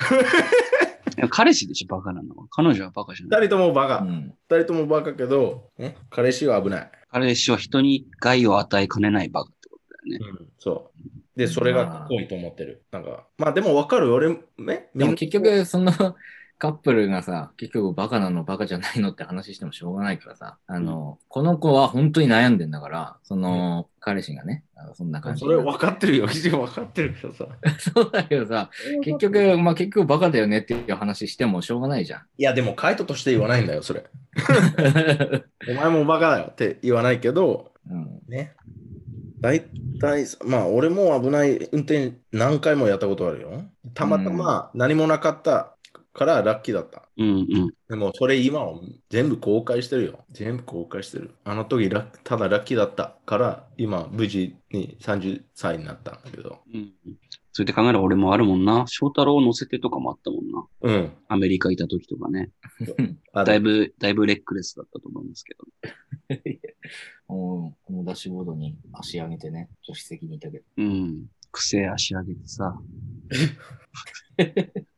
A: いや彼氏でしょ、バカなのは。彼女はバカじゃない。
B: 二人ともバカ。
C: うん
B: 二人ともバカけど、ね彼氏は危ない。
A: 彼氏は人に害を与えかねないバカってことだよね。
B: うん、そう。で、それがかっこいいと思ってる。なんか、まあでもわかる、俺、ね、
C: で
B: みん
C: も
B: な
C: 結局、そのカップルがさ、結局バカなのバカじゃないのって話してもしょうがないからさ、あの、この子は本当に悩んでんだから、その、彼氏がね、あのそんな感じ。
B: それ分かってるよ、記事分かってるけどさ。
C: そうだけどさ、結局、まあ結局バカだよねっていう話してもしょうがな いじゃん。
B: いや、でも、カイトとして言わないんだよ、それ。お前もバカだよって言わないけど、
C: うん、
B: ね。大体、まあ、俺も危ない運転何回もやったことあるよ。たまたま何もなかったからラッキーだった。
A: うんうん。
B: でも、それ今を全部公開してるよ。全部公開してる。あの時ラッ、ただラッキーだったから、今、無事に30歳になったんだけど。
A: うんうん。それで考えれば俺もあるもんな。翔太郎を乗せてとかもあったもんな。
B: うん。
A: アメリカいた時とかね。
B: あ
A: だいぶ、だいぶレックレスだったと思いますけど。
C: もうこのダッシュボードに足上げてね、助手席にいたけど。
A: うん。癖足上げてさ。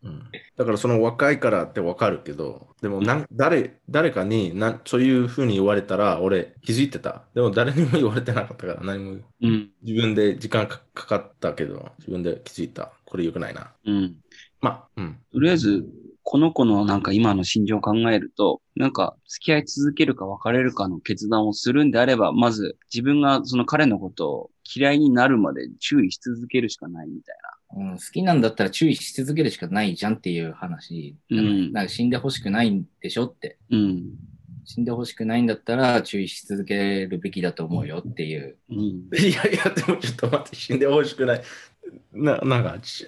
B: うんだからその若いからってわかるけど、でもなん誰誰かになそういうふうに言われたら俺気づいてた。でも誰にも言われてなかったから何も
A: うん。
B: 自分で時間かかかったけど自分で気づいた。これ良くないな。
A: うん。
B: まあ、うん。
A: とりあえず、この子のなんか今の心情を考えると、なんか付き合い続けるか別れるかの決断をするんであれば、まず自分がその彼のことを嫌いになるまで注意し続けるしかないみたい
C: うん、好きなんだったら注意し続けるしかないじゃんっていう話。
A: うん
C: なんか死んでほしくないんでしょって。
A: な。うん。
C: 死んでほしくないんだったら注意し続けるべきだと思うよっていう。
A: うん。
B: いやいや、でもちょっと待って、死んでほしくない。ななんかち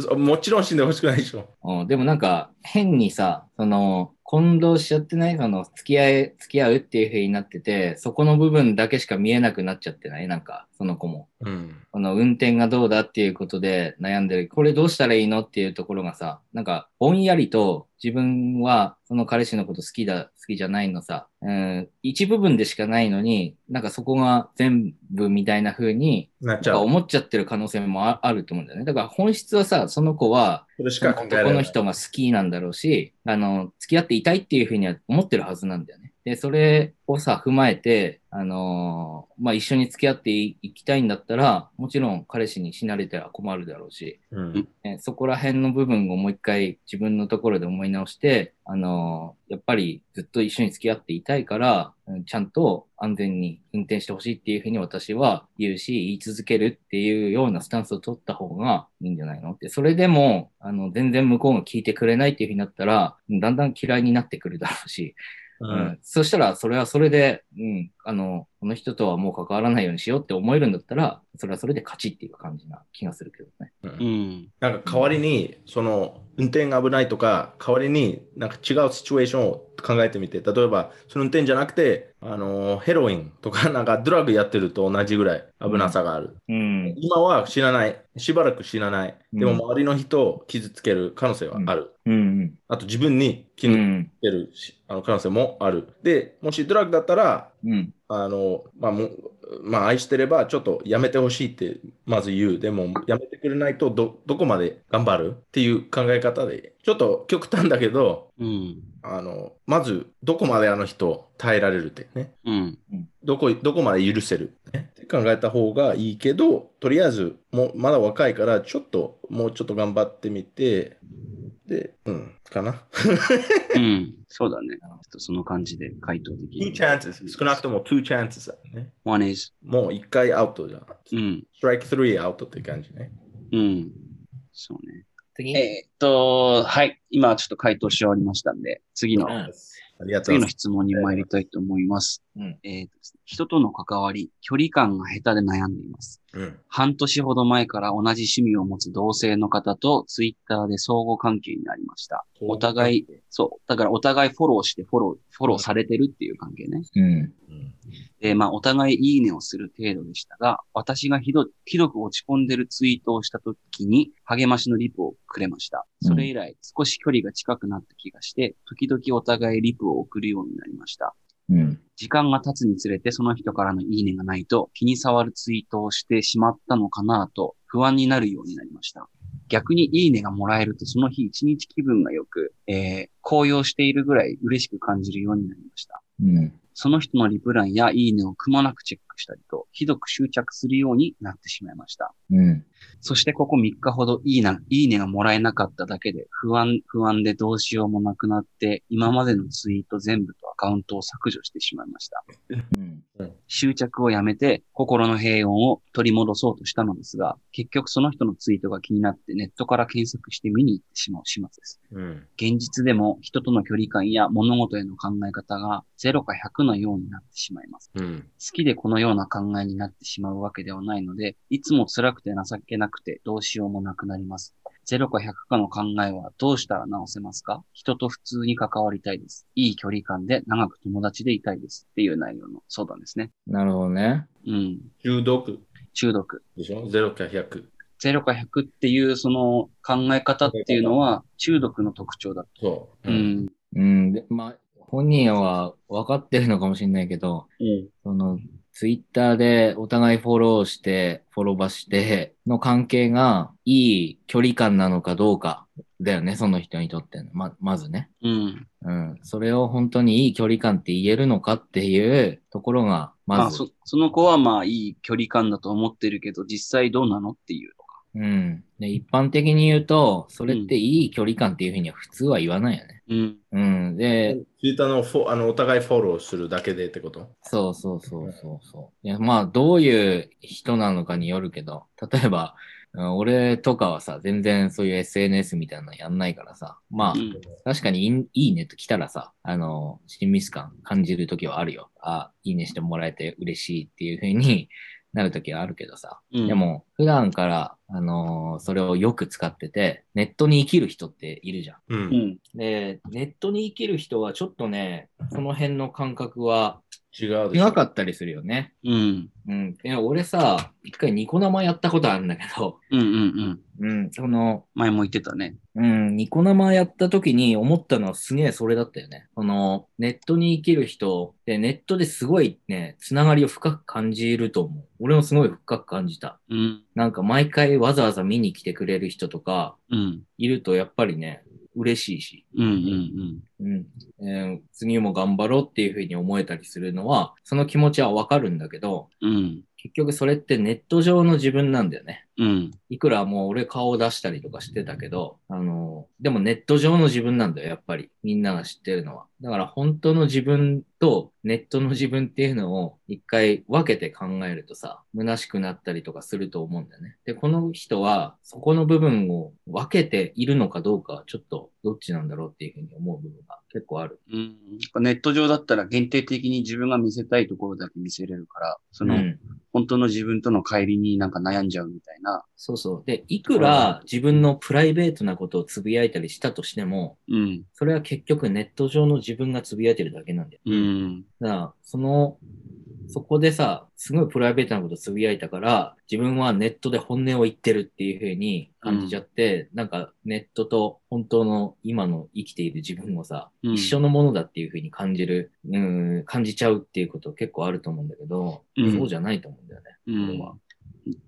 B: そもちろん死んでほしくないでしょ。
C: うん、でもなんか変にさ、その、混同しちゃってないかの付き合い、付き合うっていう風になってて、そこの部分だけしか見えなくなっちゃってないなんか、その子も。
B: うん。
C: この運転がどうだっていうことで悩んでる。これどうしたらいいのっていうところがさ、なんかぼんやりと自分はその彼氏のこと好きだ、好きじゃないのさ、うん、一部分でしかないのに、なんかそこが全部みたいな風に、
B: なっち
C: なん
B: ゃ
C: か
B: う。
C: 思っちゃってる可能性もああると思うんだよね。だから本質はさ、その子は、
B: それしか考えられ
C: 男
B: な
C: の
B: い。
C: 人が好きなんだろうし、あの、付き合っていたいっていうふうには思ってるはずなんだよね。で、それをさ、踏まえて、あのーまあ、一緒に付き合っていいきたいんだったら、もちろん彼氏に死なれては困るだろうし、
B: うん。
C: ねそこら辺の部分をもう一回自分のところで思い直して、あのーやっぱりずっと一緒に付き合っていたいから、うんちゃんと安全に運転してほしいっていうふうに私は言うし、言い続けるっていうようなスタンスを取った方がいいんじゃないのって、それでも、あの、全然向こうが聞いてくれないっていうふうになったら、うんだんだん嫌いになってくるだろうし、
B: う
C: うんん、そしたら、それはそれで、うん、あの、この人とはもう関わらないようにしようって思えるんだったら、それはそれで勝ちっていう感じな気がするけどね。
B: うん
A: うん。
B: なんか代わりに、その運転が危ないとか、代わりになんか違うシチュエーションを考えてみて、例えば、その運転じゃなくて、あのーヘロインとか、なんかドラッグやってると同じぐらい危なさがある。
C: うん。
B: 今は知らない、しばらく知らない、でも
C: うん
B: 周りの人を傷つける可能性はある。
C: うん。
B: あと自分に
C: う
B: 傷つ
C: ん。
B: けるし、あの可能性もある。で、もしドラッグだったら、
C: うん。
B: あの、まあ、もうまあ、愛してれば、ちょっとやめてほしいって、まず言う。でも、やめてくれないとど、どこまで頑張るっていう考え方で、ちょっと極端だけど、
A: うん。
B: あの、まず、どこまであの人耐えられるってね。
A: うん。
B: どこ、どこまで許せる、ね、って考えた方がいいけど、とりあえず、もう、まだ若いから、ちょっと、もうちょっと頑張ってみて、で、うん、かな。
A: うん。そうだね。ちょっとその感じで回答できる。
B: chances。少なくとも2 chances だね。
A: One is,
B: もう1回アウトじゃん。
A: うん。
B: strike three アウトって感じね。
A: うん。そうね。
C: 次。
A: えーっと、はい。今ちょっと回答し終わりましたんで、次の
B: ありがとう
A: 次
B: ござ
A: の
B: い
A: 質問に参りたいと思います。
C: うん
A: えーとですね人との関わり、距離感が下手で悩んでいます。
B: うん。
A: 半年ほど前から同じ趣味を持つ同性の方とツイッターで相互関係になりました。お互い、そう。だからお互いフォローしてフォロー、フォローされてるっていう関係ね。
C: うん。
B: うん。
A: で、まあ、お互いいいねをする程度でしたが、私がひど、ひどく落ち込んでるツイートをした時に、励ましのリプをくれました。それ以来、少し距離が近くなった気がして、時々お互いリプを送るようになりました。
C: うん。
A: 時間が経つにつれてその人からのいいねがないと気に障るツイートをしてしまったのかなと不安になるようになりました。逆にいいねがもらえるとその日一日気分が良く、えー、高揚しているぐらい嬉しく感じるようになりました。
C: うん。
A: その人のリプランやいいねをくまなくチェックしたりと、ひどく執着するようになってしまいました。
C: うん。
A: そしてここ3日ほどいいな、いいねがもらえなかっただけで不安、不安でどうしようもなくなって、今までのツイート全部とアカウントを削除してしまいました。
C: うん。
A: 執着をやめて心の平穏を取り戻そうとしたのですが、結局その人のツイートが気になってネットから検索して見に行ってしまう始末です。
B: うん。
A: 現実でも人との距離感や物事への考え方が0か100のようになってしまいます。
B: うん。
A: 好きでこのような考えになってしまうわけではないので、いつも辛くて情けなくてどうしようもなくなります。0か100かの考えはどうしたら直せますか人と普通に関わりたいです。いい距離感で長く友達でいたいです。っていう内容の相談ですね。
C: なるほどね。
A: うん。
B: 中毒
A: 中毒。
B: でしょ ?0 か100。
A: 0か100っていうその考え方っていうのは中毒の特徴だ。
B: そう。
A: う。ん。
C: うん。で、まあ、本人は分かってるのかもしれないけど、
A: うん。
C: その、ツイッターでお互いフォローして、フォロバしての関係がいい距離感なのかどうかだよね、その人にとっての。ま、まずね。
A: うん。
C: うん。それを本当にいい距離感って言えるのかっていうところが、
A: ま
C: ま
A: あ
C: ず
A: そ、、その子はまあいい距離感だと思ってるけど、実際どうなのっていう。
C: うん。で、一般的に言うと、それっていい距離感っていうふうには普通は言わないよね。
A: うん。
C: うん。で、
B: ツイッターのフォあのお互いフォローするだけでってこと
C: そうそうそうそうそう。いや、まあ、どういう人なのかによるけど、例えば、うん俺とかはさ、全然そういう SNS みたいなのやんないからさ、まあ
A: う、ん。
C: 確かにいいいいねと来たらさ、あの、親密感感じるときはあるよ。あ、いいねしてもらえて嬉しいっていう風になるときはあるけどさ、
A: うん、
C: で、も、普段から、あのーそれをよく使ってて、ネットに生きる人っているじゃん。
A: う
B: う。
A: んん。
C: で、ネットに生きる人はちょっとね、その辺の感覚は
B: 違うで
C: 違
B: しょ。
C: かったりするよね。
A: うん。
C: うん。いや、俺さ、一回ニコ生やったことあるんだけど、
A: うんうんうん。
C: うん、その、
A: 前も言ってたね。
C: うん、ニコ生やった時に思ったのはすげえそれだったよね。その、ネットに生きる人で、ネットですごいね、つながりを深く感じると思う。俺もすごい深く感じた。
A: うん。
C: なんか毎回わざわざ見に来てくれる人とか、
A: うん。
C: いるとやっぱりね、嬉しいし、
A: うんうん
C: うん、えー次も頑張ろうっていうふうに思えたりするのは、その気持ちはわかるんだけど、
A: うん。うん。
C: 結局それってネット上の自分なんだよね。
A: うん。
C: いくらもう俺顔を出したりとかしてたけど、あの、でもネット上の自分なんだよ、やっぱり。みんなが知ってるのは。だから本当の自分とネットの自分っていうのを一回分けて考えるとさ、虚しくなったりとかすると思うんだよね。で、この人はそこの部分を分けているのかどうかはちょっとどっちなんだろうっていうふうに思う部分が結構ある。
A: うん、ネット上だったら限定的に自分が見せたいところだけ見せれるから、その、
C: うん
A: 本当の自分との乖離になんか悩んじゃうみたいな。
C: そうそう。で、いくら自分のプライベートなことをつぶやいたりしたとしても、
A: うん。
C: それは結局ネット上の自分がつぶやいてるだけなんだよ。
A: うん。
C: だから、その、そこでさ、すごいプライベートなことつぶやいたから、自分はネットで本音を言ってるっていう風に感じちゃって、なんかネットと本当の今の生きている自分をさ、
A: うん
C: 一緒のものだっていう風に感じる、うん、感じちゃうっていうこと結構あると思うんだけど、
A: うん
C: そうじゃないと思うんだよね。
A: う
C: これ
A: ん
C: は。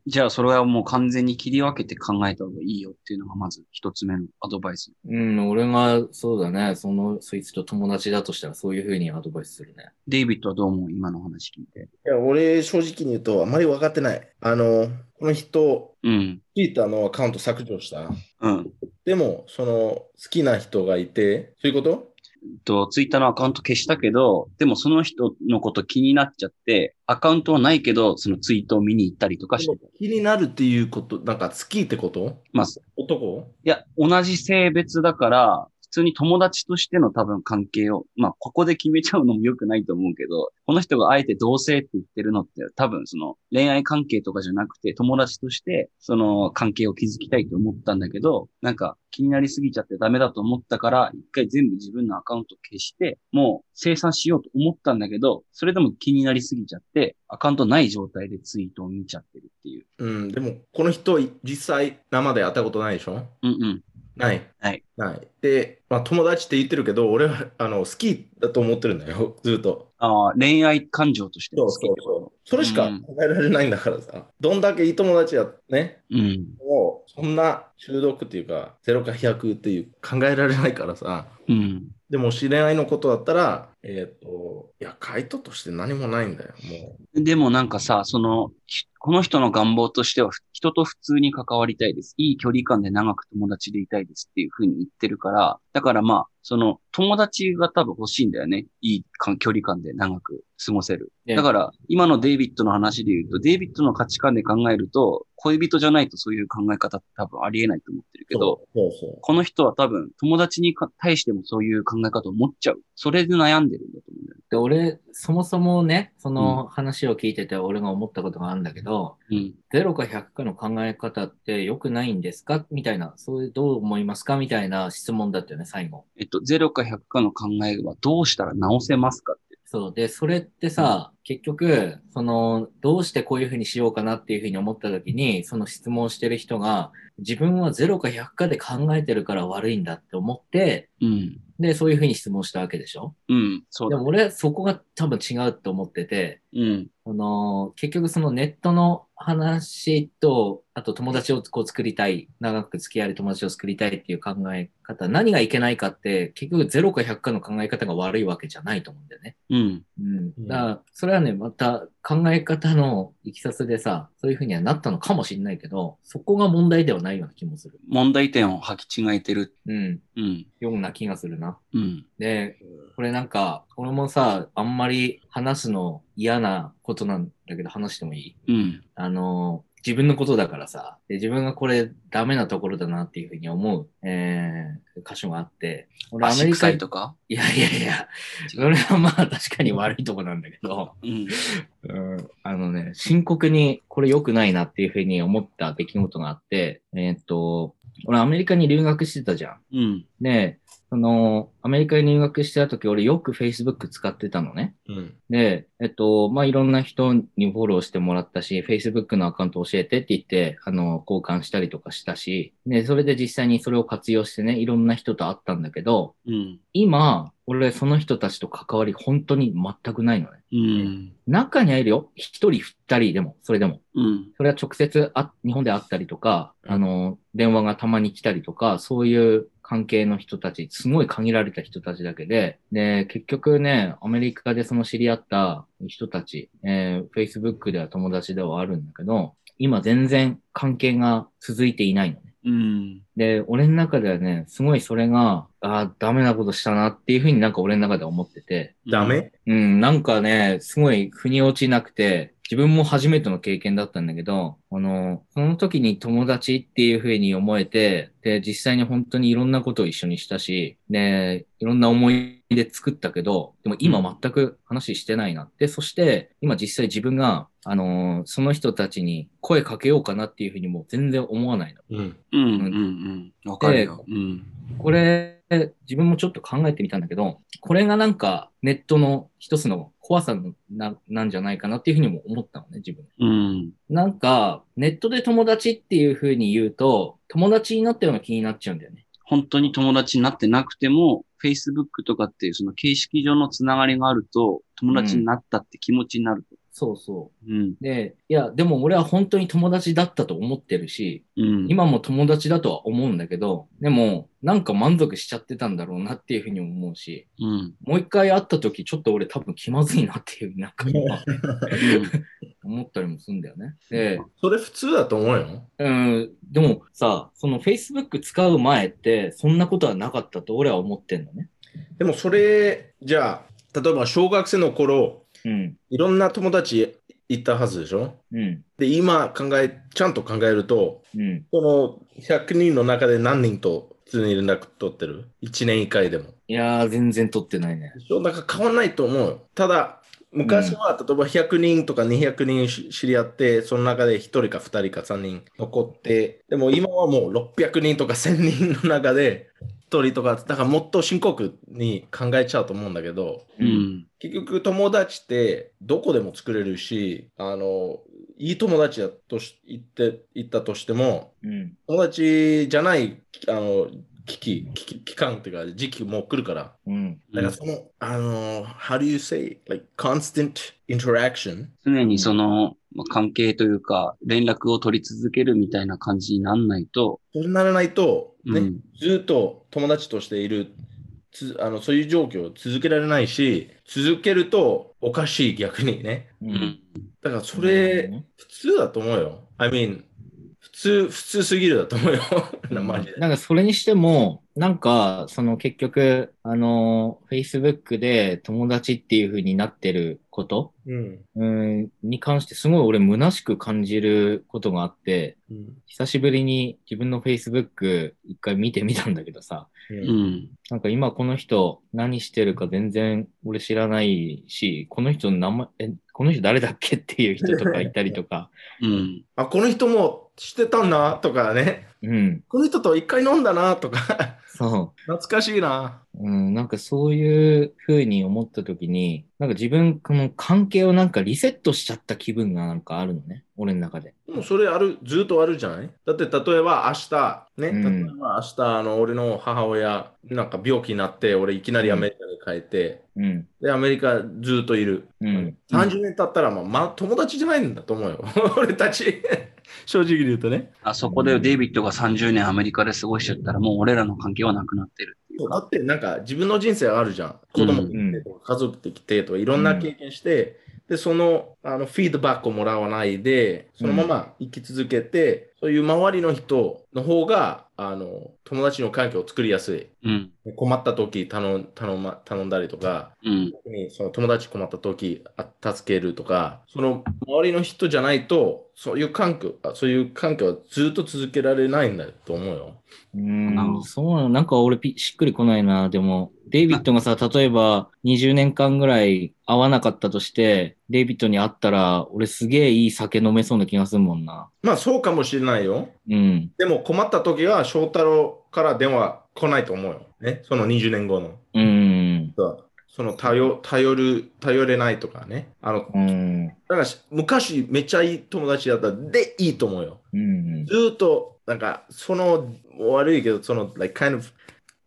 A: じゃあ、それはもう完全に切り分けて考えた方がいいよっていうのが、まず一つ目のアドバイス。
C: うん、俺が、そうだね、その、そいつと友達だとしたらそういう風にアドバイスするね。、
A: デイビッドはどう思う今の話聞いて。
B: いや、俺、正直に言うと、あまり分かってない。あの、この人、
A: うん。
B: ツイッターのアカウント削除した。
A: うん。
B: でも、その、好きな人がいて、そういうこと
A: と、ツイッターのアカウント消したけど、でもその人のこと気になっちゃって、アカウントはないけど、そのツイートを見に行ったりとかして、
B: 気になるっていうこと、なんか好きってこと
A: まあ、
B: 男
A: いや、同じ性別だから、通に友達としての多分関係を、まあ、ここで決めちゃうのも良くないと思うけど、この人があえて同性って言ってるのって、多分その恋愛関係とかじゃなくて、友達として、その関係を築きたいと思ったんだけど、なんか気になりすぎちゃってダメだと思ったから、一回全部自分のアカウント消して、もう生産しようと思ったんだけど、それでも気になりすぎちゃって、アカウントない状態でツイートを見ちゃってるっていう。
B: うん、でも、この人、実際、生で会ったことないでしょ
A: うんうん。
B: ない。
A: はい。
B: ない。で、まあ、友達って言ってるけど、俺は、あの、好きだと思ってるんだよ、ずっと。
A: ああ、恋愛感情として好きってこと。
B: そう。それしか考えられないんだからさ。どんだけいい友達や、ね。
A: うん。
B: もう、そんな中毒っていうか、0か100っていう考えられないからさ。
A: うん。
B: でも、知り合いのことだったら、えっ、と、いや、回答として何もないんだよ、も
A: でもなんかさ、その、ひこの人の願望としては、ふ人と普通に関わりたいです。いい距離感で長く友達でいたいですっていう風に言ってるから、だからまあ、その、友達が多分欲しいんだよね。いいか距離感で長く過ごせる。だからら、今のデイビッドの話で言うと、デイビッドの価値観で考えると、恋人じゃないとそういう考え方って多分ありえないと思ってる
B: う。
A: けど、
B: そうそう
A: この人は多分友達にか対してもそういう考え方を持っちゃう。それで悩んでるんだと思うんだよね。
C: で俺、そもそもね、その話を聞いてて俺が思ったことがあるんだけど、
A: うん。
C: 0か100かの考え方って良くないんですかみたいな、そういうどう思いますかみたいな質問だったよね、最後。
A: えっと、0か100かの考えはどうしたら直せますかって。
C: そう。で、それってさ、結局、その、どうしてこういうふうにしようかなっていうふうに思った時に、その質問してる人が、自分は0か100かで考えてるから悪いんだって思って、
A: うん。
C: で、そういうふうに質問したわけでしょ
A: うん、そう
C: で
A: だ。
C: も俺、そこが多分違うと思ってて、
A: うん。
C: あの結局そのネットの話と、あと友達をこう作りたい、長く付き合える友達を作りたいっていう考え方、何がいけないかって、結局0か100かの考え方が悪いわけじゃないと思うんだよね。
A: うん。
C: うん、だから、それはね、また考え方のいきさつでさ、そういうふうにはなったのかもしれないけど、そこが問題ではないような気もする。
A: 問題点を履き違えてる。
C: うん、
A: うん。
C: ような気がするな。
A: うん。
C: で、これなんか、俺もさ、あんまり話すの嫌なことなんだけど、話してもいい
A: うん。
C: あの、自分のことだからさ、で自分がこれダメなところだなっていうふうに思う、えー、箇所があって、俺
A: 足臭い
C: い
A: とか
C: やいやいや、それはまあ確かに悪いとこなんだけど、
A: うん。
C: うんあのね、深刻にこれ良くないなっていうふうに思った出来事があって、えーっと、俺アメリカに留学してたじゃん。
A: うん。
C: で、その、アメリカに留学してた時、俺よく Facebook 使ってたのね。
B: うん。
C: で、えっと、まあ、いろんな人にフォローしてもらったし、Facebook のアカウント教えてって言って、あの、交換したりとかしたし、で、それで実際にそれを活用してね、いろんな人と会ったんだけど、
A: うん。
C: 今、俺その人たちと関わり本当に全くないのね。
A: うん。
C: 中にはいるよ。一人二人でも、それでも。
A: うん。
C: それは直接あ日本で会ったりとか、
B: うん
C: あの、電話がたまに来たりとか、そういう関係の人たち、すごい限られた人たちだけで、で、結局ね、アメリカでその知り合った人たち、えー Facebook では友達ではあるんだけど、今全然関係が続いていないのね。
A: うん。
C: で、俺の中ではね、すごいそれが、ああ、ダメなことしたなっていうふうになんか俺の中では思ってて、
B: ダメ
C: うん、なんかね、すごい腑に落ちなくて、自分も初めての経験だったんだけど、あの、その時に友達っていう風に思えて、で、実際に本当にいろんなことを一緒にしたし、で、いろんな思い出作ったけど、でも今全く話してないなって、そして今実際自分が、あのその人たちに声かけようかなっていう風にもう全然思わないの。
B: うん。
A: うん。うん。うん。わかるよ。うん。
C: これ、自分もちょっと考えてみたんだけど、これがなんかネットの一つの怖さのななんじゃないかなっていうふうにも思ったのね、自分。
A: うん。
C: なんか、ネットで友達っていうふうに言うと、友達になったような気になっちゃうんだよね。
A: 本当に友達になってなくても、Facebook とかっていうその形式上のつながりがあると、友達になったって気持ちになると。
C: そうそ
A: うん。
C: う。で、いや、でも俺は本当に友達だったと思ってるし、
A: うん。
C: 今も友達だとは思うんだけど、でも、なんか満足しちゃってたんだろうなっていうふうにも思うし、
A: うん。うん。
C: もう一回会った時、ちょっと俺多分気まずいなっていう、なんか今思ったりもするんだよね。で、
B: それ普通だと思うよ。
C: うん、でもさ、その Facebook 使う前って、そんなことはなかったと俺は思ってんのね。
B: でもそれ、じゃあ、例えば小学生の頃、
C: うん、
B: いろんな友達いたはずでしょ
C: うん、
B: で、今考え、ちゃんと考えると、
C: うん、
B: その100人の中で何人と普通に連絡取ってる ?1 年以下でも。
C: いやー、全然取ってないね。
B: 一緒だから変わんないと思うよ。ただ、昔は、例えば100人とか200人し知り合って、その中で1人か2人か3人残って、でも今はもう600人とか1000人の中で1人とか、だからもっと深刻に考えちゃうと思うんだけど、
A: う。ん。
B: 結局友達ってどこでも作れるし、あの、いい友達だとし言って、言ったとしても、
C: うん。
B: 友達じゃない、あの、危機、危機、期間っていうか時期も来るから、
C: うん。
B: だからその、あの、how do you say, like constant interaction?
A: 常にその、まあ、関係というか、連絡を取り続けるみたいな感じになんないと、
B: そうならないと、ね、
A: うん
B: ずっと友達としている、つあのそういう状況を続けられないし、続けるとおかしい逆にね。
C: う。
A: うん
B: だからそれ、普通だと思うよ。I mean, 普通、普通すぎるだと思うよ。なマジで。
C: なんかそれにしても、なんかその結局、あの、Facebook で友達っていう風になってること
B: うん。
C: うんに関してすごい俺虚しく感じることがあって、
B: うん。
C: 久しぶりに自分の Facebook 一回見てみたんだけどさ、
A: う
B: うん
A: ん。
C: なんか今この人何してるか全然俺知らないし、この人の名前、え、この人誰だっけっていう人とかいたりとか、
A: うん。
B: あ、この人もしてたんだとかね。
C: うん、
B: この人と一回飲んだなとか。
C: そう。
B: 懐かしいな。
C: うん、なんかそういう風に思った時に、なんか自分、この関係をなんかリセットしちゃった気分がなんかあるのね、俺の中で。
B: でもそれある、ずっとあるじゃないだって例えば明日、ね、
C: うん
B: 例えば明日、あの、俺の母親、なんか病気になって、俺いきなりアメリカに帰って、
C: うん、
B: で、アメリカずっといる。
C: うん、
B: 30年経ったら、まあ、まあ、友達じゃないんだと思うよ。 俺たち。正直に言うとね。
A: あそこでデイビッドが30年アメリカで過ごしちゃったら、もう俺らの関係はなくなってるっていう
B: だ
A: か。
B: って、なんか自分の人生あるじゃん。子供で
C: うん
B: きてとか、家族できてとか、いろんな経験して、で、その、あの、フィードバックをもらわないで、そのまま生き続けて、そういう周りの人の方が、あの、友達の関係を作りやすい。
A: うん。
B: 困った時頼ん頼,、ま、頼んだりとか、
A: うん。
B: 特にその友達困った時あ助けるとか、その周りの人じゃないと、そういう環境、あそういう環境はずっと続けられないんだと思うよ。
C: うん、そうなの、なんか俺ピしっくりこないな、でも、デイビッドがさ、例えば20年間ぐらい会わなかったとして、デイビッドに会ったら、俺すげえいい酒飲めそうな気がするもんな。
B: まあそうかもしれないよ。
C: うん、
B: でも困った時は翔太郎から電話来ないと思うよ。ね、その20年後の。
C: うん、
B: その頼頼る、頼れないとかね。あの、
C: うん、
B: だからし昔めっちゃいい友達だったでいいと思うよ。
C: うん
B: ず、ーっと、なんか、その、悪いけど、その、like, kind of,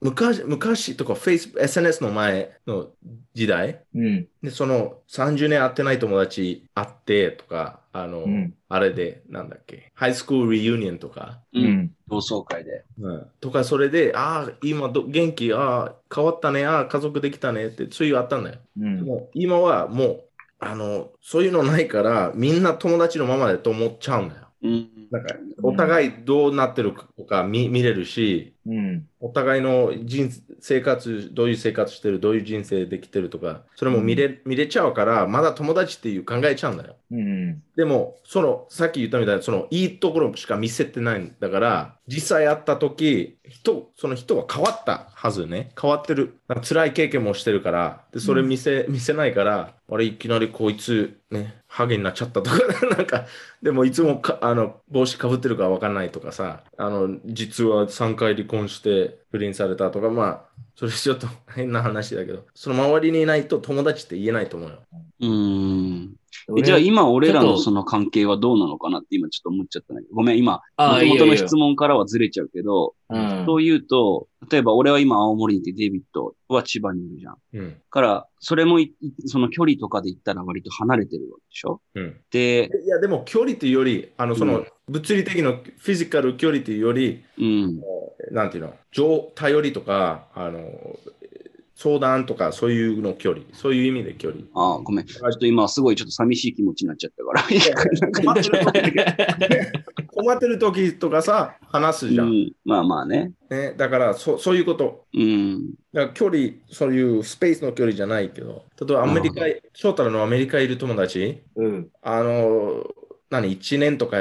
B: 昔、昔とか、Facebook、SNS の前の時代、
C: うん、
B: で、その、30年会ってない友達会って、とか、あの、
C: うん、
B: あれで、なんだっけ、ハイスクールリユニオンとか、
C: う
A: うん。
C: ん、
A: 同窓会で。
B: とか、それで、ああ、今ど、元気、ああ、変わったね、ああ、家族できたねって、そういうあったんだよ。
C: うん、
B: もう、今はもう、あの、そういうのないから、みんな友達のままでと思っちゃうんだよ。
A: うん。
B: なんか、お互いどうなってるか見見れるし、
C: うん、
B: お互いの人生活、どういう生活してる、どういう人生できてるとか、それも見れ,、見れちゃうから、まだ友達っていう考えちゃうんだよ。
C: うん、
B: でも、その、さっき言ったみたいな、その、いいところしか見せてないんだから、実際会った時、人、その人は変わったはずね。変わってる。なんか辛い経験もしてるから、で、それ見せ、見せないから、あれ、いきなりこいつ、ね、ハゲになっちゃったとか、 なんか、でもいつもかあの帽子かぶってるかわかんないとかさ、あの、実は3回離婚して不倫されたとか、まあ、それちょっと変な話だけど、その周りにいないと友達って言えないと思うよ。
A: うん。えじゃあ今俺ら
C: ちょっ
A: の
C: と
A: その関係はどうなのかなって今ちょっと思っちゃったんだけど、ごめん、今、
C: あ
A: 元
C: ー
A: 々
C: いいよい
A: の
C: いよ
A: 質問からはずれちゃうけど、
C: うん
A: そう言うと、例えば俺は今青森にいてデイビッドは千葉にいるじゃん。
B: うん。
A: から、それもい、その距離とかで言ったら割と離れてるわけでしょ
B: うん。
A: で、
B: いや、でも距離というより、あの、そうの、物理的なフィジカル距離というより、
A: うん。
B: なんていうの、情、頼りとか、あの、相談とか、そういうの距離、そういう意味で距離。
A: あーごめん。ちょっと今すごいちょっと寂しい気持ちになっちゃったから。いやなんか
B: 困ってる時困ってる時とかさ、話すじゃ。
A: うんんまあまあね。
B: ね、だからそ、そういうこと。
A: うん。
B: だから距離、そういうスペースの距離じゃないけど、例えばアメリカ、翔太郎のアメリカいる友達、
C: うん、
B: あの、何、1年とか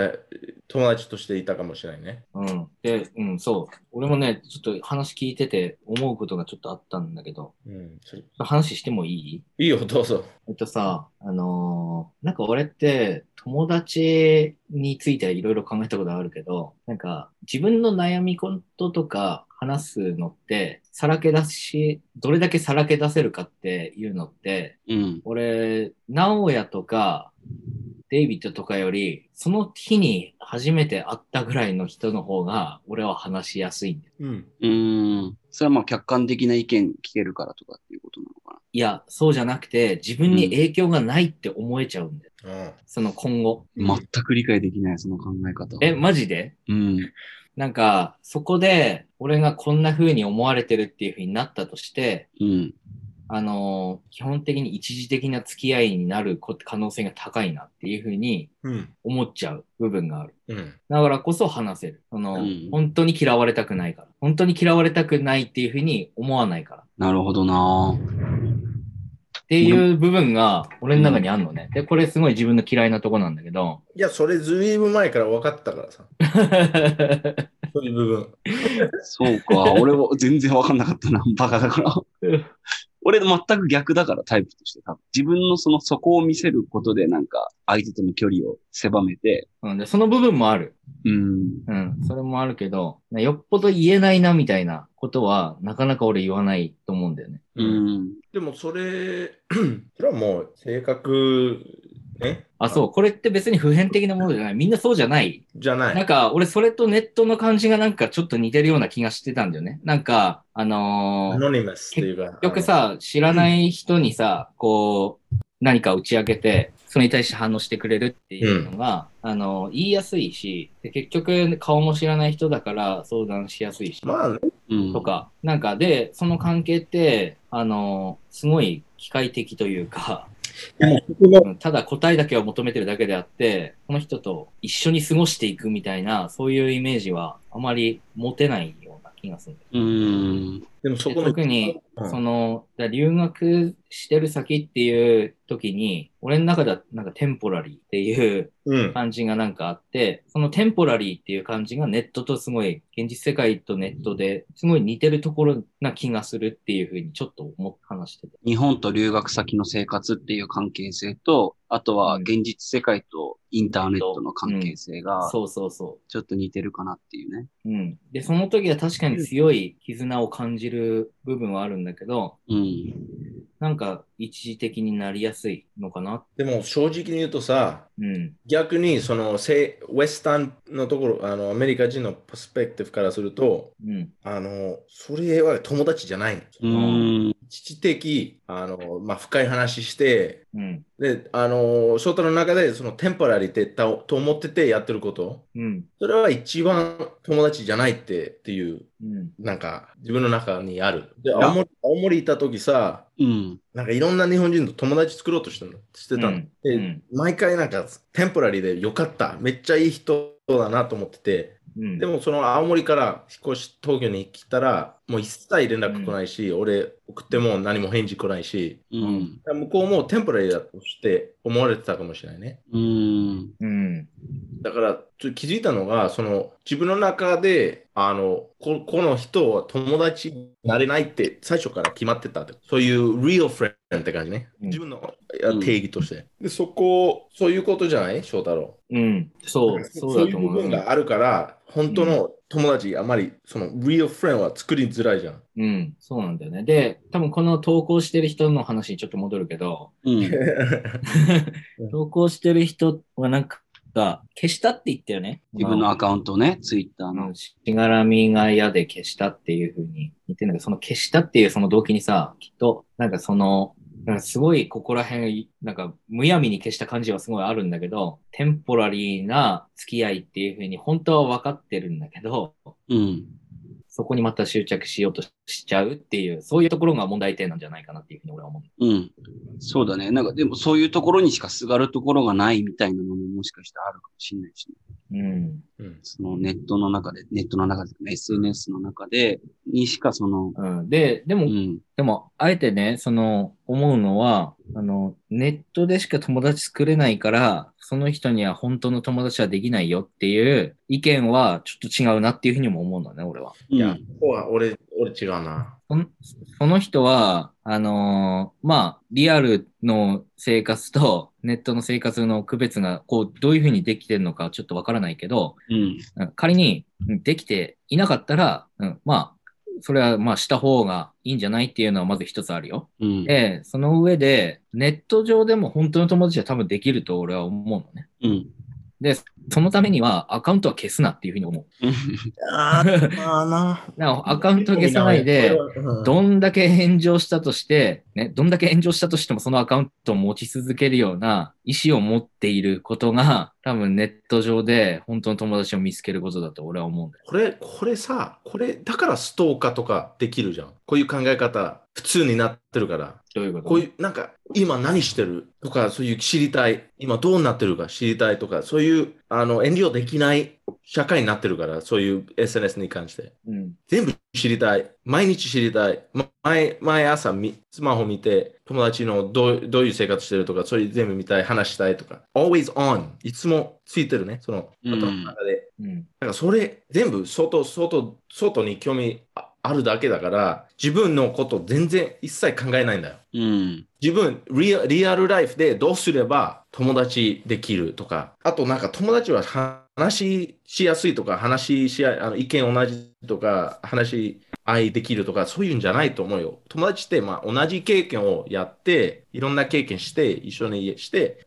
B: 友達としていたかもしれないね。
C: うん。で、うん、そう。俺もね、ちょっと話聞いてて思うことがちょっとあったんだけど、
B: うん。それい
C: 話してもいい
B: いよ、どうぞ。
C: えっとさ、あのーなんか俺って友達についていろいろ考えたことあるけど、なんか自分の悩み事とか話すのって、さらけ出し、どれだけさらけ出せるかっていうのって、
A: うん。
C: 俺、直哉とか、デイビッドとかより、その日に初めて会ったぐらいの人の方が、俺は話しやすいんだよ。
B: うん。
A: うーん。それはまあ客観的な意見聞けるからとかっていうことなのかな。
C: いや、そうじゃなくて、自分に影響がないって思えちゃうんだよ。
B: うん。
C: その今後。
A: 全く理解できない、その考え方。
C: え、マジで
A: うん。
C: なんか、そこで、俺がこんな風に思われてるっていう風になったとして、
A: うん。
C: あのー基本的に一時的な付き合いになるこ可能性が高いなっていう風に
B: うん。
C: 思っちゃう部分がある。
B: うん。
C: だからこそ話せる。その、
A: うん
C: 本当に嫌われたくないから。本当に嫌われたくないっていう風に思わないから。
A: なるほどな
C: っていう部分が俺の中にあるのね。で、これすごい自分の嫌いなとこなんだけど。
B: いや、それずいぶん前から分かったからさ。そういう部分。
A: そうか。俺は全然わかんなかったな。バカだから。俺全く逆だから、タイプとして多分。自分のその、そこを見せることでなんか、相手との距離を狭めて、
C: うん、で、その部分もある。
A: うん。
C: うん、それもあるけど、よっぽど言えないなみたいなことは、なかなか俺言わないと思うんだよね。
A: うん。
B: でもそれ、 それはもう性格、ね、
C: あ、そう、これって別に普遍的なものじゃない。みんなそうじゃない。
B: じゃない。
C: なんか、俺それとネットの感じがなんかちょっと似てるような気がしてたんだよね。なんか、あのー
B: アノニマスっていうか。
C: よくさ、知らない人にさ、こう、何か打ち明けて、それに対して反応してくれるっていうのが、あの、言いやすいし、で結局顔も知らない人だから相談しやすいし、
B: あの、まあね、
A: うん。
C: と。か、なんかで、その関係って、あの、すごい機械的というか、
B: でもそこの
C: うんただ答えだけを求めてるだけであって、この人と一緒に過ごしていくみたいな、そういうイメージはあまり持てないような気がするんだよね
A: うん。
B: でもそこの。
C: 特
B: う
C: に
B: ん
C: その、だから留学してる先っていう時に、俺の中ではなんかテンポラリーっていう
B: うん。
C: 感じがなんかあって、そのテンポラリーっていう感じがネットとすごい、現実世界とネットですごい似てるところな気がするっていうふうにちょっと思って話してて。
A: 日本と留学先の生活っていう関係性と、あとは現実世界とインターネットの関係性が、
C: そうそうそ
A: ちょっと似てるかなっていうね。
C: う。うん。で、その時は確かに強い絆を感じる部分はあるんだけど、
A: うん。
C: なんか一時的になりやすいのかな。
B: でも正直に言うとさ、
C: うん。
B: 逆にそのせウェスタンのところ、あのアメリカ人のパスペクティブからすると、
C: うん。
B: あの、それは友達じゃないの。
A: うん。
B: 知的、あの、まあ、深い話して、
C: うん。
B: で、あの、翔太の中でそのテンポラリーってたと思っててやってること、
C: うん。
B: それは一番友達じゃないってっていう、
C: うん。
B: なんか自分の中にある。で、
A: や
B: 青森青森いた時さ、
A: うん。
B: なんかいろんな日本人と友達作ろうとしてたのしてたの。
C: うん
B: で、
C: うん
B: 毎回なんかテンポラリーでよかった、めっちゃいい人だなと思ってて、
C: うん
B: でもその青森から引っ越し東京に来たら、もう一切連絡来ないし、俺送っても何も返事来ないし、
A: うん。
B: 向こうもテンポラリーだとして思われてたかもしれないね。
A: うん。
C: うん。
B: だからちょっと気づいたのが、その自分の中で、あの、ここの人は友達になれないって最初から決まってたって、そういう real friend って感じね。
C: うん
B: 自分の
A: うん
B: 定義として。で、そこ、そういうことじゃない翔太郎。
C: うん、そう、そうだと思
B: そう
C: う。
B: いう部分があるから、本当の友達、あまり、その real friend は作りづらいじゃん。
C: うん、そうなんだよね。で、多分この投稿してる人の話にちょっと戻るけど、
A: うん。
C: 投稿してる人はなんか、消したって言ったよね。
A: 自分のアカウントね、ツイッター
C: あ
A: の。
C: の、しがらみが嫌で消したっていうふうに言ってんだけど、その消したっていうその動機にさ、きっと、なんかその、なんかすごいここら辺、なんかむやみに消した感じはすごいあるんだけど、テンポラリーな付き合いっていうふうに本当は分かってるんだけど、
A: うん。
C: そこにまた執着しようとしちゃうっていう、そういうところが問題点なんじゃないかなっていうふうに俺は思う。
A: うん。そうだね。なんか、でもそういうところにしかすがるところがないみたいなのももしかしたらあるかもしれないしね。
C: うん。
B: うん。
A: そのネットの中で、ネットの中で、SNS の中で、にしかその、
C: うん、で、で
A: う
C: も、
A: ん、
C: でも、あえてね、その、思うのは、あの、ネットでしか友達作れないから、その人には本当の友達はできないよっていう意見はちょっと違うなっていうふうにも思うんだね、俺は。
B: い
A: い
B: や、ここは俺、俺違うな。
C: そのその人は、あのーまあ、リアルの生活とネットの生活の区別が、こう、どういうふうにできてるのかちょっとわからないけど、
A: うん、
C: うん仮にうんできていなかったら、うん、まあ、それはまあした方がいいんじゃないっていうのはまず一つあるよ。
A: うん、
C: ええ、その上で、ネット上でも本当の友達は多分できると俺は思うのね。
A: うん。
C: で、そのためにはアカウントは消すなっていうふうに思う。
B: ああ、まあな。
C: なお アカウント消さないで、どんだけ炎上したとして、ね、どんだけ炎上したとしてもそのアカウントを持ち続けるような意思を持っていることが、多分ネット上で本当の友達を見つけることだと俺は思うんだよ。
B: これ、これさ、これ、だからストーカーとかできるじゃん。こういう考え方、普通になってるから。
C: どういうこと
B: こういう、なんか、今何してるとか、そういう知りたい、今どうなってるか知りたいとか、そういう、あの、遠慮できない社会になってるから、そういう SNS に関して。
C: うん。
B: 全部知りたい。毎日知りたい。ま毎毎朝みスマホ見て、友達のどうどういう生活してるとか、そういう全部見たい、話したいとか。always on。いつもついてるね、その、
A: うん
B: 頭の中で。
C: うん。
B: なんかそれ全部外、外、外に興味ああるだけだから、自分のこと全然一切考えないんだよ。
A: うん、
B: 自分リア、リアルライフでどうすれば友達できるとか、あとなんか友達は話しやすいとか、話し合い、あの意見同じとか、話し合いできるとか、そういうんじゃないと思うよ。友達って、まあ、同じ経験をやって、いろんな経験して、一緒にして、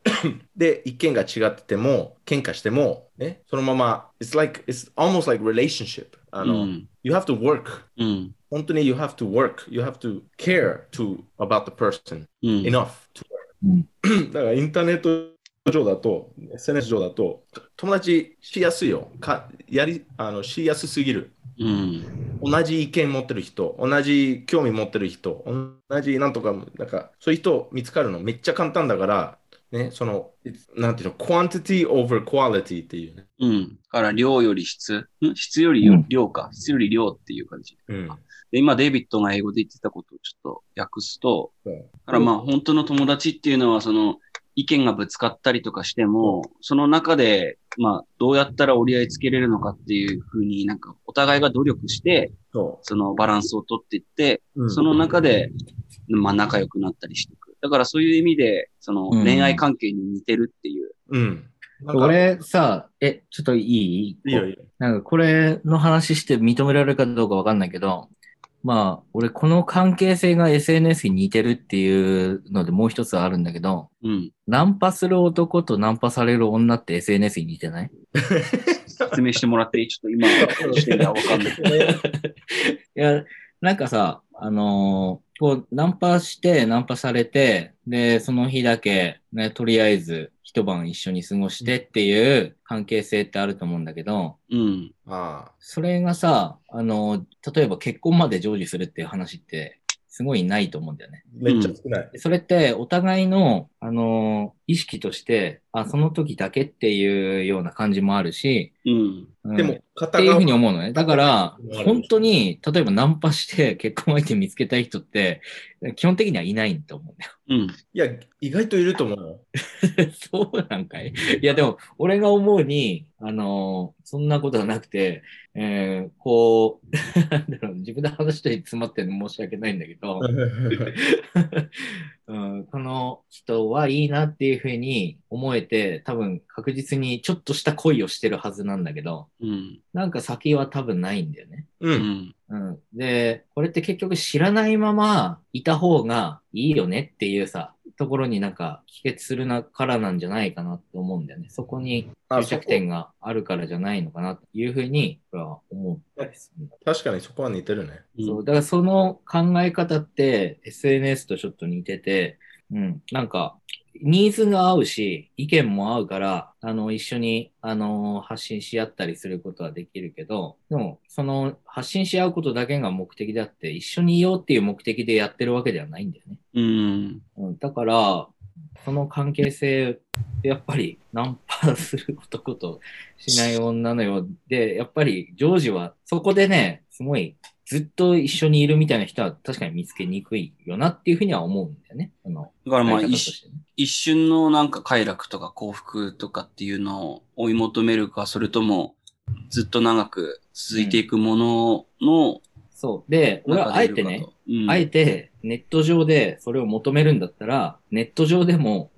B: で、意見が違ってても、喧嘩しても、ね、そのまま、it's like, it's almost like relationship. あの、
A: うん、
B: you have to work.
A: うん、
B: 本当に you have to work. You have to care to about the person
A: うん、
B: enough to
C: うん
B: work. だからインターネット上だと、SNS 上だと、友達しやすいよ。かやりあのしやすすぎる。
A: うん、
B: 同じ意見持ってる人、同じ興味持ってる人、同じなんとか、なんか、そういう人見つかるのめっちゃ簡単だから、ね、その、なんていうの、quantity over quality っていうね。
A: うん。だから、量より質、ん質よりよ
C: うん
A: 量か。質より量っていう感じ。
B: うん。
A: で、今、デイビッドが英語で言ってたことをちょっと訳すと、
B: うん
A: だからまあ、本当の友達っていうのは、その、意見がぶつかったりとかしても、その中で、まあ、どうやったら折り合いつけれるのかっていうふうになんか、お互いが努力して、
B: そ
A: そのバランスを取っていって、
B: う。うん
A: その中で、まあ、仲良くなったりしていく。だから、そういう意味で、その、
C: うん
A: 恋愛関係に似てるっていう。
B: うん。なんか、
C: 俺さ、え、ちょっといい
B: いいよ、いいよ。
C: なんかこれの話して認められるかどうかわかんないけど、まあ、俺この関係性が SNS に似てるっていうのでもう一つあるんだけど、
A: うん。
C: ナンパする男とナンパされる女って SNS に似てない
A: 説明してもらっていい、ちょっと今、してるのはわかんない。
C: いや、なんかさ、あのーこう、ナンパして、ナンパされて、で、その日だけ、ね、とりあえず一晩一緒に過ごしてっていう関係性ってあると思うんだけど、
A: うん。
B: ああ。
C: それがさ、あの、例えば結婚まで成就するっていう話って、すごいないと思うんだよね。
B: めっちゃ少ない。
C: でそれって、お互いの、あの、意識として、あ、その時だけっていうような感じもあるし、
A: うん。
C: うん
B: で
C: っ
B: も、
C: て
B: 片
C: いうふ
B: 側
C: うに思うのね。だから
B: うんある、
C: 本当に、例えばナンパして結婚相手見つけたい人って、基本的にはいないと思う
A: う
C: んだ
A: ん。
B: いや、意外といると思うよ。
C: よ。 そうなんかい。いや、でも、俺が思うに、あの、そんなことはなくて、えーこう、 なんだろう、自分で話して詰まってるの申し訳ないんだけど、うん、この人はいいなっていうふうに思えて、多分確実にちょっとした恋をしてるはずなんだけど、
A: うん。
C: なんか先は多分ないんだよね。
B: う。
A: うんん。
C: うん。で、これって結局知らないままいた方がいいよねっていうさ、ところになんか帰結するなからなんじゃないかなって思うんだよね。そこに
B: あ
C: 執着点があるからじゃないのかなっていうふうに、俺は思ったりするんだ。
B: 確かにそこは似てるね。
C: そう、だからその考え方って SNS とちょっと似てて、うん、なんか、ニーズが合うし、意見も合うから、あの、一緒に、あの、発信し合ったりすることはできるけど、でも、その、発信し合うことだけが目的であって、一緒にいようっていう目的でやってるわけではないんだよね。
A: うん。
C: うん、だから、その関係性、やっぱりナンパする男としない女のようで、やっぱりジョージはそこでね、すごいずっと一緒にいるみたいな人は確かに見つけにくいよなっていうふうには思うんだよね。あの
A: だからまあ、
C: やり方と
A: 一
C: してね
A: 一瞬のなんか快楽とか幸福とかっていうのを追い求めるか、それともずっと長く続いていくものの
C: そう。で、俺はあ
A: 中
C: え
A: で
C: て
A: いるか
C: ね、
A: と、うん
C: あえてネット上でそれを求めるんだったら、ネット上でも、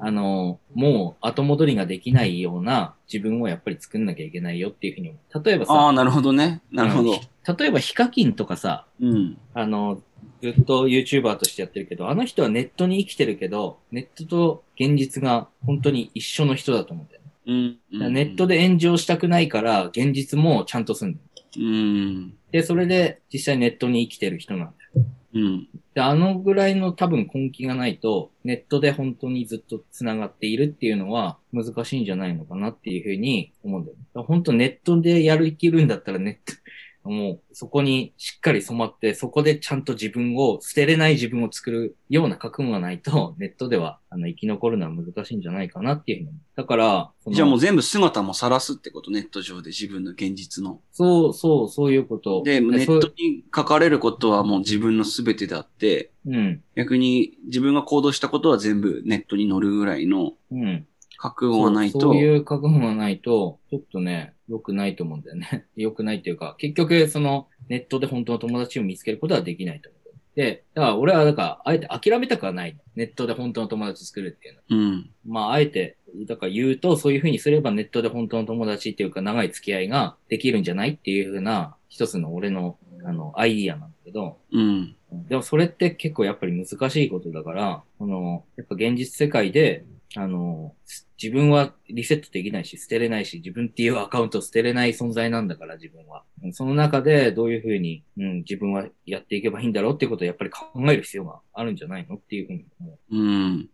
C: あの、もう後戻りができないような自分をやっぱり作んなきゃいけないよっていうふうに思う。例えば
A: あ
C: さ、
A: あ、なるほどね。なるほど。
C: 例えばヒカキンとかさ、
A: うん。
C: あの、ずっと YouTuber としてやってるけど、あの人はネットに生きてるけど、ネットと現実が本当に一緒の人だと思うんだよね。
A: うん。
C: だからネットで炎上したくないから、現実もちゃんとすんだよ。
A: うん。
C: で、それで実際ネットに生きてる人なんだよ
A: うん。
C: で、あのぐらいの多分根気がないと、ネットで本当にずっと繋がっているっていうのは難しいんじゃないのかなっていうふうに思うんだよね。だから本当ネットでやる生きるんだったらネット、もうそこにしっかり染まって、そこでちゃんと自分を、捨てれない自分を作るような覚悟がないと、 ネットではあの生き残るのは難しいんじゃないかなっていうふうに思う。だから、その
A: じゃあもう全部姿も晒すってこと、ネット上で自分の現実の。
C: そうそう、そういうこと。
A: で、ネ
C: そ
A: ッ
C: う
A: トに書かれることはもう自分の全てであって、
C: うん、
A: 逆に自分が行動したことは全部ネットに載るぐらいの
C: うん。
A: 覚悟がないと。
C: そうそういう覚悟がないと、ちょっとね、良くないと思うんだよね。 良くないっていうか、結局、その、ネットで本当の友達を見つけることはできないと思うんだよね。で、だから俺は、だから、あえて諦めたくはない。ネットで本当の友達作るっていうのは。
A: うん。
C: まあ、あえて、だから言うと、そういうふうにすればネットで本当の友達っていうか、長い付き合いができるんじゃないっていうふうな、一つの俺の、あの、アイディアなんだけど、
A: うん。
C: でもそれって結構やっぱり難しいことだから、この、やっぱ現実世界で、あの、す自分はリセットできないし、捨てれないし、自分っていうアカウントを捨てれない存在なんだから、自分は。うんその中でどういうふうに、うん、自分はやっていけばいいんだろうっていうことをやっぱり考える必要があるんじゃないのっていうふうに思う。
A: うん。
C: うん。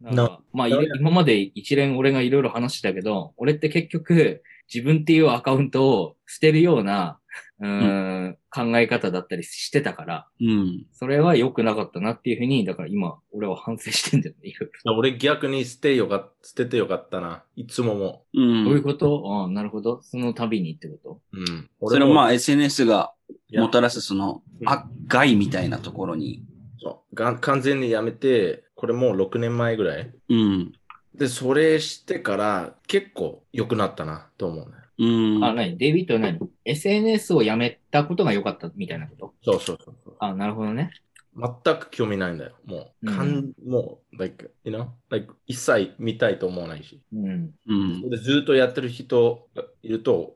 B: な
C: なんかまあ、いれ今まで一連俺がいろいろ話してたけど、俺って結局、自分っていうアカウントを捨てるような、うーん、考え方だったりしてたから、
A: うん。
C: それは良くなかったなっていうふうに、だから今、俺は反省してんだよね、いろいろ
B: 俺逆に捨てよか、捨ててよかったな。いつもも。
A: うん。
C: どういうことああ、なるほど。その度にってこと
B: うん。
A: それは
B: も
A: まあ SNS が
B: や
A: もたらすその、
B: うん
A: あ、害みたいなところに。
B: そうがん完全にやめて、これもう6年前ぐらい。
A: うん。
B: で、それしてから結構良くなったなと思うね。
A: うん。
C: あ、何デイビッドは何 ?SNS をやめたことが良かったみたいなこと
B: そうそうそうそう。
C: ああ、なるほどね。
B: 全く興味ないんだよ。もう、
C: うん
B: かんもう、like, you know, like, 一切見たいと思わないし。
C: うん。
A: うん。
B: でずっとやってる人がいると、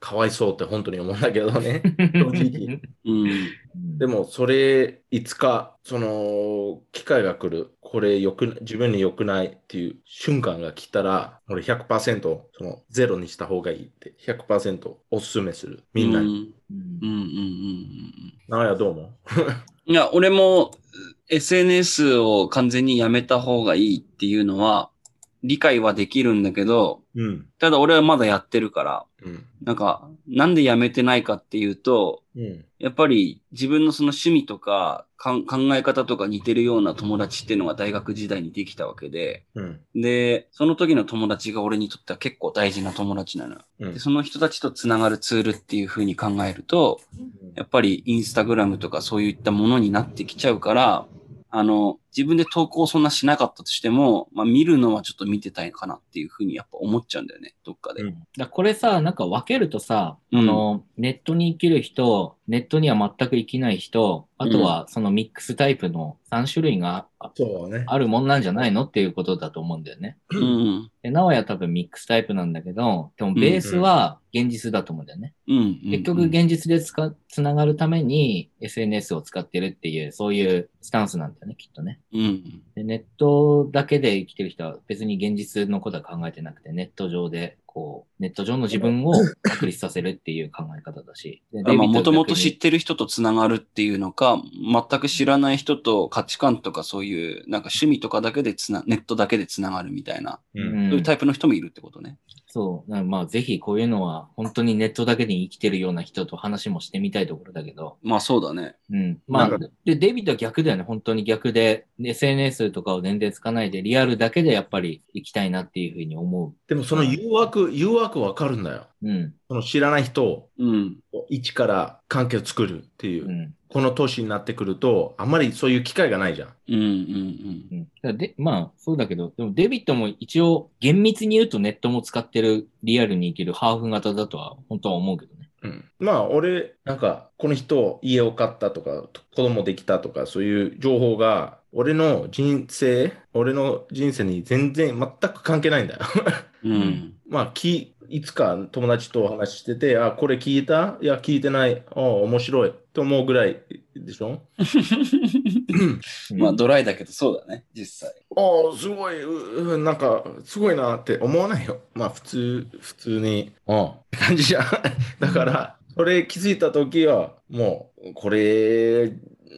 B: かわいそうって本当に思うんだけど ね。正直
A: うん。
B: で
C: でも、
B: も、それ、いつか、その、機会が来る、これ、よくな、自分に良くないっていう瞬間が来たら、俺100%、その、ゼロにした方がいいって、100%おすすめする。みんな
A: うん。
B: に。
C: うん
A: うん。うん。うん。うん
B: なや、どうも。
A: いや、俺も SNS を完全にやめた方がいいっていうのは理解はできるんだけど、
B: うん。
A: ただ俺はまだやってるから、
B: うん。
A: なんか、なんでやめてないかっていうと、
B: うん。
A: やっぱり自分のその趣味とかかん考え方とか似てるような友達っていうのが大学時代にできたわけで、
B: うん。
A: で、その時の友達が俺にとっては結構大事な友達なのよ。
B: うん
A: で、その人たちとつながるツールっていう風に考えると、やっぱりインスタグラムとかそういったものになってきちゃうから、あの、自分で投稿そんなしなかったとしても、まあ見るのはちょっと見てたいかなっていうふうにやっぱ思っちゃうんだよね、どっかで。
B: うん
C: だこれさ、なんか分けるとさ、
A: うん
C: あの、ネットに生きる人、ネットには全く生きない人、あとはそのミックスタイプの3種類があ
B: そうね。
C: あるもんなんじゃないのっていうことだと思うんだよね。
A: うん。
C: で、なおや多分ミックスタイプなんだけど、でもベースは現実だと思うんだよね。
A: うん。
C: 結局現実でつか、つながるために SNS を使ってるっていう、そういうスタンスなんだよね、きっとね。
A: うん。
C: でネットだけで生きてる人は別に現実のことは考えてなくて、ネット上で、こう、ネット上の自分 を確立させるっていう考え方だし。で
A: まあ、もともと知っ
C: し、
A: てる人とつながるっていうのか、全く知らない人と価値観とかそういう、なんか趣味とかだけでつな、ネットだけでつながるみたいな、
B: う。
C: う
A: そ
C: ん、
A: ういうんタイプの人もいるってことね。
C: そう。なまあ、ぜひこういうのは本当にネットだけで生きてるような人と話もしてみたいところだけど、
A: まあそうだね。
C: うん。まあ
B: なん、
C: で、デイビッドは逆だよね。本当に逆で、 SNS とかを全然つかないで、リアルだけでやっぱり行きたいなっていうふうに思
B: でもその誘惑、誘惑わかるんだよ。
C: う。うん。
B: その知らない人を
A: うん。
B: 一から関係を作るっていうう、
C: ん。
B: この年になってくると、あんまりそういう機会がないじゃん。
A: うん。うん。
C: うん、だからでまあ、そうだけど、でもデビットも一応、厳密に言うとネットも使ってる、リアルに生きるハーフ型だとは、本当は思うけどね。
B: うん、まあ俺なんかこの人家を買ったとか子供できたとかそういう情報が俺の人生俺の人生に全然全く関係ないんだよ
A: うん。うん。
B: まあきいつか友達と話しててあこれ聞いたいや聞いてないあ面白いと思うぐらいでしょ
A: まあ、ドライだけど、そうだね、実際。
B: ああすごいううなんかすごいなって思わないよ まあ普通普通にうんって感じじゃん だからそれ気づいた時はもうこれ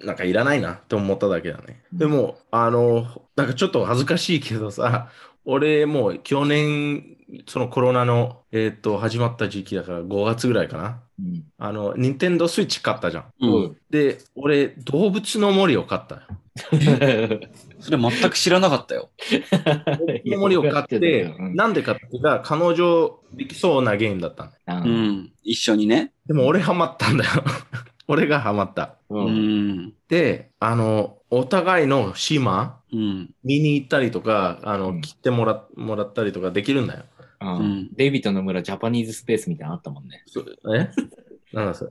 B: なんかいらないなって思っただけだねでもあのなんかちょっと恥ずかしいけどさ俺もう去年そのコロナのえーっと始まった時期だから5月ぐらいかな
C: うん。
B: あの任天堂スイッチ買ったじゃん
A: う。
C: うん ん。
B: で俺動物の森を買ったよ
A: それ全く知らなかったよ。
B: の森を買っ
C: い
B: て
C: や、うん
B: なんでかっていうと、彼女できそうなゲームだったの。
C: あ
A: う
C: ー
A: ん。一緒にね。
B: でも俺ハマったんだよ。俺がハマった。
A: う
C: うん。
A: ん。
B: で、あの、お互いの島、
A: うん。
B: 見に行ったりとか、あ
C: う
B: の、
C: ん
B: 切ってもらもらったりとかできるんだよ。
C: あ
A: う
C: ー
A: ん
C: デビットの村、ジャパニーズスペースみたいなのあったもんね。
B: えなんだそれ。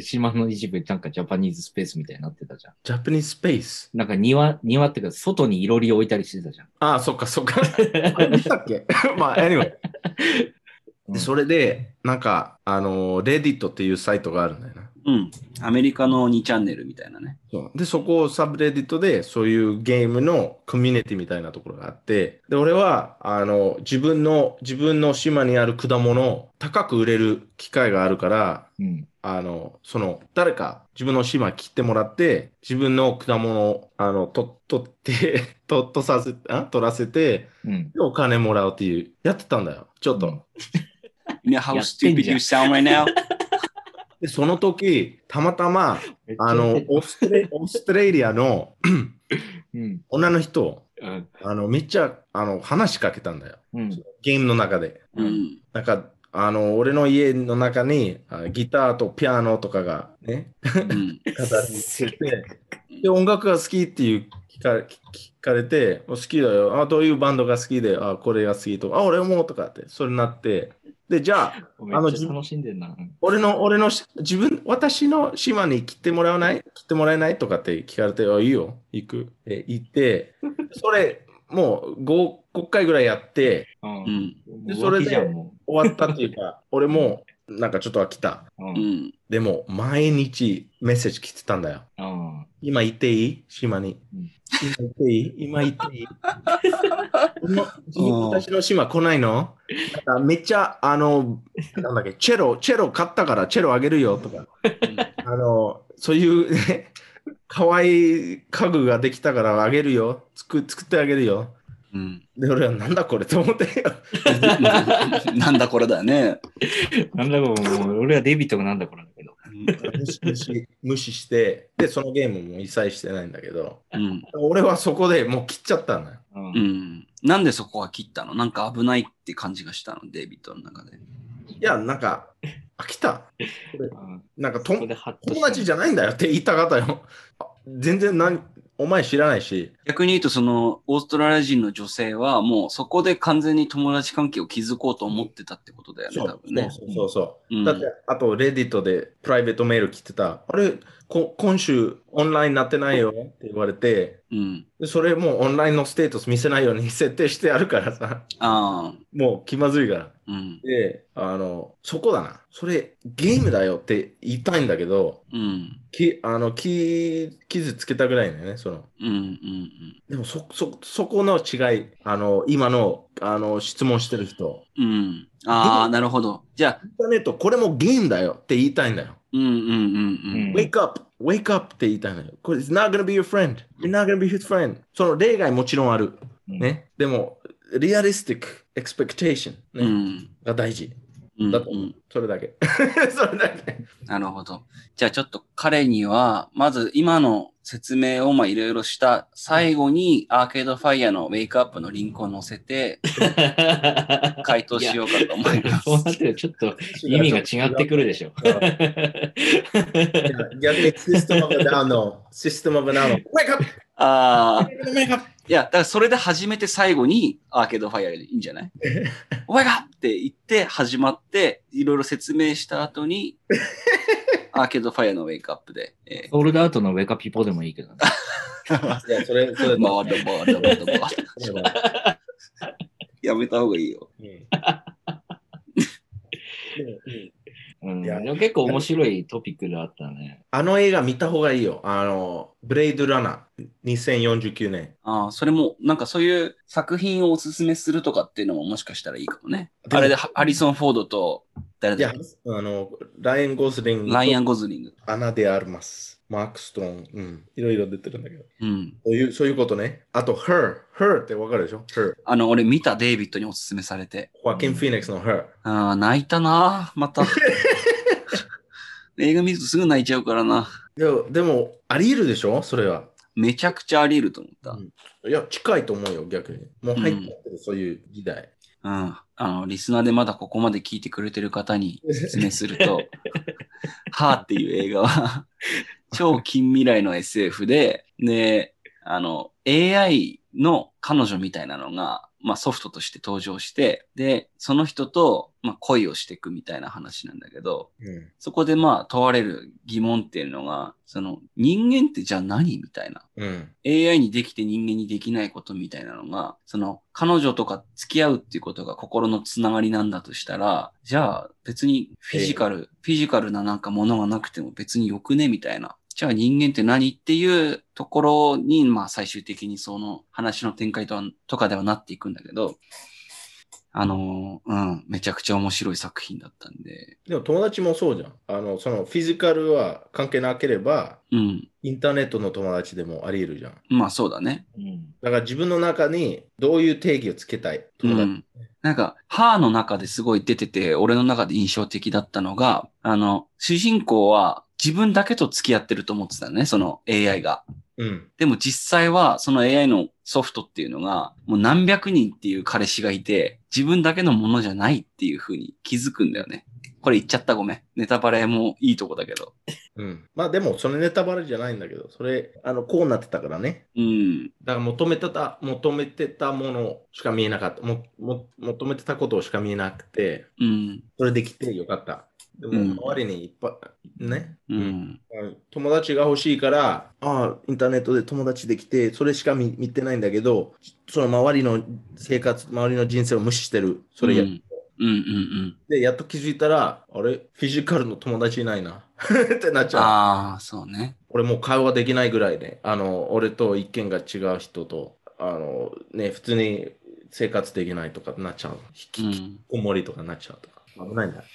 C: 島の一部、なんかジャパニーズスペースみたいになってたじゃん。
B: ジャパニーズスペース。
C: なんか庭、庭っていうか、外にいろり置いたりしてたじゃん。
B: ああ、そっかそっか。あれ見たっけまあ、anyway。
C: うん
B: で、それで、なんか、あの、Reddit っていうサイトがあるんだよな。
A: うん。アメリカの2チャンネルみたいなね。
B: そうで、そこをサブレディットで、そういうゲームのコミュニティみたいなところがあって、で、俺は、あの、自分の、自分の島にある果物を高く売れる機会があるから、
C: うん。
B: あの、その、誰か自分の島切ってもらって、自分の果物を、あの、と、取って、 と、とさせ、あ、取らせて、
C: うん。
B: でお金もらうっていう、やってたんだよ、ちょっと。
C: うん
A: You know how
C: やってん
A: stupid
C: じゃ
A: you sound
C: ん
A: right now?
B: で、その時、たまたま、あの、オーストレ、オーストラリアの
C: うん。
B: 女の人、
C: うん。
B: あの、めっちゃ、あの、話しかけたんだよ。
C: うん。
B: ゲームの中で。
A: うん。
B: なんか、あの、俺の家の中にあギターとピアノとかがね、
A: うん。
B: 飾りつけて、で、音楽が好きっていう聞か聞かれて、好きだよ。あ、どういうバンドが好きで、あ、これが好きとか、あ、俺もとかって、それになって、で、じゃあ、
C: めっちゃ楽しんでんな。
B: 俺の、俺のし、自分、私の島に来てもらわない来てもらえないとかって聞かれて、あ、いいよ、行く。で、行って、それ、もう5、5回ぐらいやって、
C: うん
A: う。ん。
C: もう浮気じゃん、も
B: 終わったっていうか、俺もなんかちょっと飽きた。
C: う。う。
A: うんん。
B: でも、毎日メッセージ来てたんだよ。
C: うん。
B: 今行っていい島に
C: うん。
B: 今行っていい今行っていいこの
A: うん
B: 私の島来ないのなんかめっちゃ、あの、なんだっけ、チェロ、チェロ買ったからチェロあげるよとか、あの、そういうね、可愛い家具ができたからあげるよ。作作ってあげるよ。
A: うん。
B: で、俺はなんだこれと思って。
A: なんだこれだよね。
C: なんだこれ、もう俺はデビットがなんだこれだけど。
B: 無視無視無視して、で、そのゲームも一切してないんだけど、
A: うん。
B: 俺はそこでもう切っちゃったのよ。
C: う。
A: うんん。なんでそこは切ったのなんか危ないって感じがしたの、デイビッドの中で。
B: いや、なんか、飽きた。なんかと
C: そこでハッとした。
B: 友達じ
C: ゃ
B: ゃないんだよって言いたかったよ。あ全然何、お前知らないし、
A: 逆に言うと、その、オーストラリア人の女性は、もうそこで完全に友達関係を築こうと思ってたってことだよね、
B: そ
A: 多
B: う
A: 分ね。
B: そうそうそう、
A: うん
B: だって、あと、レディットでプライベートメール来てた、あれ、こ今週オンラインになってないよって言われて、
A: うん。
B: でそれもうオンラインのステータス見せないように設定してあるからさ、
A: ああ、
B: もう気まずいから。
A: うん。
B: で、あの、そこだな。それ、ゲームだよって言いたいんだけど、
A: うん。
B: きあの、き、傷つけたぐらいだよね、その。
A: うん。うん。
B: でもそ、そ、そこの違い、あの、今の、あの、質問してる人。
A: うん。うん、ああ、
B: で
A: なるほど。じゃあ
B: イ、ンターネット、これもゲームだよって言いたいんだよ。
A: うんうんうん
C: ん
B: wake up, wake up って言いたいんだよ。これ、it's not gonna be your friend. You're not gonna be his friend. その例外もちろんある。
C: うん
B: ね。でも、realistic expectation
A: うん。う
B: ね
A: ん。
B: が大事。
A: うん
B: だと思う
A: うん
B: それだけ。 それだけ。
A: なるほど。じゃあちょっと彼には、まず今の説明をまあいろいろした、最後にアーケードファイヤーのウェイクアップのリンクを載せ て、回答しようかと思います
C: やそうなってるとちょっと意味が違ってくる でしょ。
B: うん逆にシステムオブダウンの、システムオブダウンの、メイクアップ
A: ああ、
B: メイクアップ
A: いや、だからそれで初めて最後にアーケードファイヤーでいいんじゃない お前がって言って始まって、いろいろ説明した後 に、アーケードファイヤーのウェイクアップで、え
C: ソールドアウトのウェカピポでもいいけどね。
B: いや、それ、それ、
A: ー、回る回る回る回る。
B: それ
A: やめた方がいいよ。
B: うん
C: うん、
B: いや
C: でも結構面白いトピックであったね。
B: あの映画見た方がいいよ。あの、ブレイドラナー、2049年。
A: ああ、それも、なんかそういう作品をおすすめするとかっていうのももしかしたらいいかもね。
B: でも
A: あれでハハリソン・フォードと、誰
B: いや
A: だ、
B: あの、ライアン・ゴースリング、
A: ライアン・ゴズリング。
B: アナ・デ・アルマス、マーク・ストーン、うん、いろいろ出てるんだけど。
A: うん。
B: そういうそういうことね。あと、Her、Her ってわかるでしょ ?Her。
A: あの、俺見たデイビッドにおすすめされて。
B: ホアキン・フィニックスの Her。
A: ああ、泣いたな、ま た。映画見るとすぐ泣いちゃうからな。
B: でも、でもあり得るでしょそれは。
A: めちゃくちゃあり得ると思った。
B: うんいや、近いと思うよ、逆に。もう入ってる、そういう時代。
A: うん。あの、リスナーでまだここまで聞いてくれてる方に説明すると、はーっていう映画は、超近未来の SF で、で、あの、AI の彼女みたいなのが、まあソフトとして登場して、で、その人と、まあ、恋をしていくみたいな話なんだけど、
B: うん
A: そこでまあ問われる疑問っていうのが、その人間ってじゃあ何みたいな。
B: うん。
A: AI にできて人間にできないことみたいなのが、その彼女とか付き合うっていうことが心のつながりなんだとしたら、じゃあ別にフィジカル、フィジカルななんかものがなくても別によくねみたいな。じゃあ人間って何っていうところに、まあ最終的にその話の展開とはとかではなっていくんだけど、あのーうん、めちゃくちゃ面白い作品だったんで、
B: でも友達もそうじゃん。あの、そのフィジカルは関係なければ、
A: うん、
B: インターネットの友達でもあり得るじゃん。
A: まあそうだね。
C: うん。
B: だから自分の中にどういう定義をつけたい友
A: う
B: 達。
A: ん、なんか、歯の中ですごい出てて、俺の中で印象的だったのが、あの、主人公は自分だけと付き合ってると思ってたのね、その AI が。
B: うん。
A: でも実際は、その AI のソフトっていうのが、もう何百人っていう彼氏がいて、自分だけのものじゃないっていう風に気づくんだよね。これ言っちゃったごめん。ネタバレもいいとこだけど。
B: うん。まあでも、それネタバレじゃないんだけど、それ、あの、こうなってたからね。
A: うん。
B: だから求めてた、求めてたものしか見えなかった。も、も、求めてたことしか見えなくて、
A: うん。
B: それできてよかった。でも、
A: うん
B: 周りにいっぱい、ね。
A: う。ん。
B: 友達が欲しいから、ああ、インターネットで友達できて、それしか見見てないんだけど、その周りの生活、周りの人生を無視してる。それや、
A: うんうんうんうん。
B: で、やっと気づいたら、あれ、フィジカルの友達いないな。 ってなっちゃう。
A: ああ、そうね。
B: 俺もう会話できないぐらいで、あの、俺と意見が違う人と、あの、ね、普通に生活できないとかなっちゃう。
A: う
B: 引き
A: ん。
B: こもりとかなっちゃうとか。危ないんだ。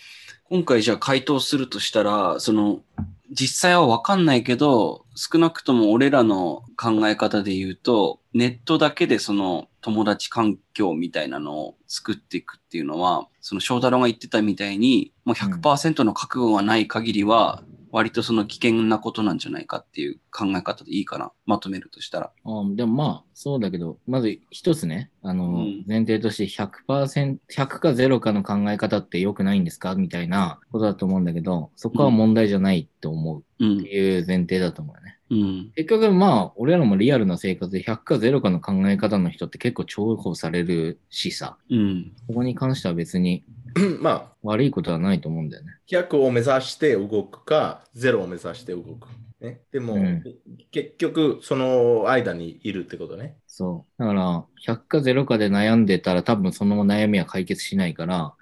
A: 今回じゃあ回答するとしたら、その、実際はわかんないけど、少なくとも俺らの考え方で言うと、ネットだけでその友達環境みたいなのを作っていくっていうのは、その翔太郎が言ってたみたいに、もう100%の覚悟がない限りは、割とその危険なことなんじゃないかっていう考え方でいいかな。まとめるとしたら。
C: あでもまあ、そうだけど、まず一つね、あの、
A: うん
C: 前提として100%、100か0かの考え方って良くないんですかみたいなことだと思うんだけど、そこは問題じゃないと思う
A: う
C: っ
A: ん
C: て。いう前提だと思うよね。
A: うん。
C: 結局まあ、俺らもリアルな生活で100か0かの考え方の人って結構重宝されるしさ、
A: うん。
C: ここに関しては別に
B: まあ、
C: 悪いことはないと思うんだよね。
B: 100を目指して動くか、0を目指して動く。ね、でも、
C: うん
B: 結局、その間にいるってことね。
C: そう。だから、100か0かで悩んでたら多分その悩みは解決しないから、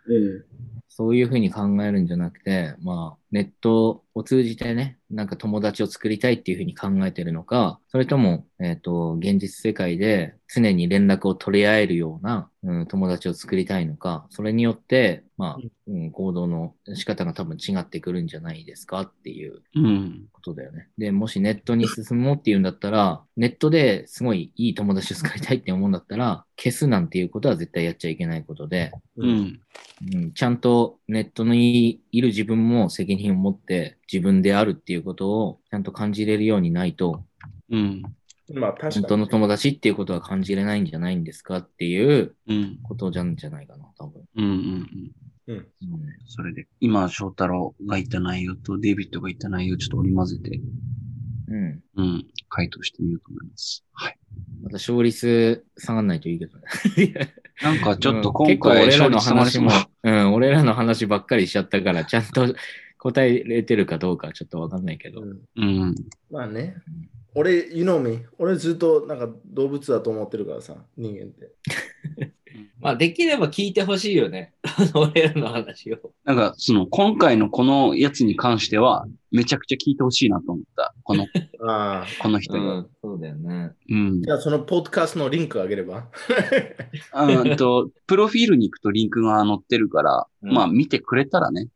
C: そういうふうに考えるんじゃなくて、まあ、ネットを通じてね、なんか友達を作りたいっていうふうに考えてるのか、それとも、えっ、と、現実世界で常に連絡を取り合えるような、うん、友達を作りたいのか、それによって、まあ、うん、行動の仕方が多分違ってくるんじゃないですかっていう
A: うん。
C: ことだよね。で、もしネットに進もうっていうんだったら、ネットですごいいい友達を作りたいって思うんだったら、消すなんていうことは絶対やっちゃいけないことで、
A: うん。
C: うん、ちゃんとネットにいる自分も責任を持って自分であるっていうことをちゃんと感じれるようにないと、
A: うん。
B: まあ確かに。
C: 本当の友達っていうことは感じれないんじゃないんですかっていう
A: うん。
C: ことじゃんじゃないかな、多分。
A: うん。うん。
B: うん。
C: うん
A: それで、今、翔太郎が言った内容とデイビッドが言った内容をちょっと織り混ぜて、
C: うん。
A: うん、回答してみようと思います。はい。
C: また勝率下がんないといいけどね。
A: なんかちょっと今
C: 結構
A: 回、
C: 俺らの話も
A: 勝率の、
C: うん、俺らの話ばっかりしちゃったから、ちゃんと答えれてるかどうかちょっとわかんないけ ど。
A: うん。
B: まあね。俺、you know me。俺ずっとなんか動物だと思ってるからさ、人間って。
C: まあ、できれば聞いてほしいよね。 俺らの話を。
A: なんか、その、今回のこのやつに関しては、めちゃくちゃ聞いてほしいなと思った。こ の、
B: ああ。
A: この人
C: う
A: に。
C: ん、そうだよね。
A: うん
B: じ。ゃあそのポッドキャストのリンクあげれば。
A: うんと、プロフィールに行くとリンクが載ってるから、
C: うん
A: まあ見てくれたらね、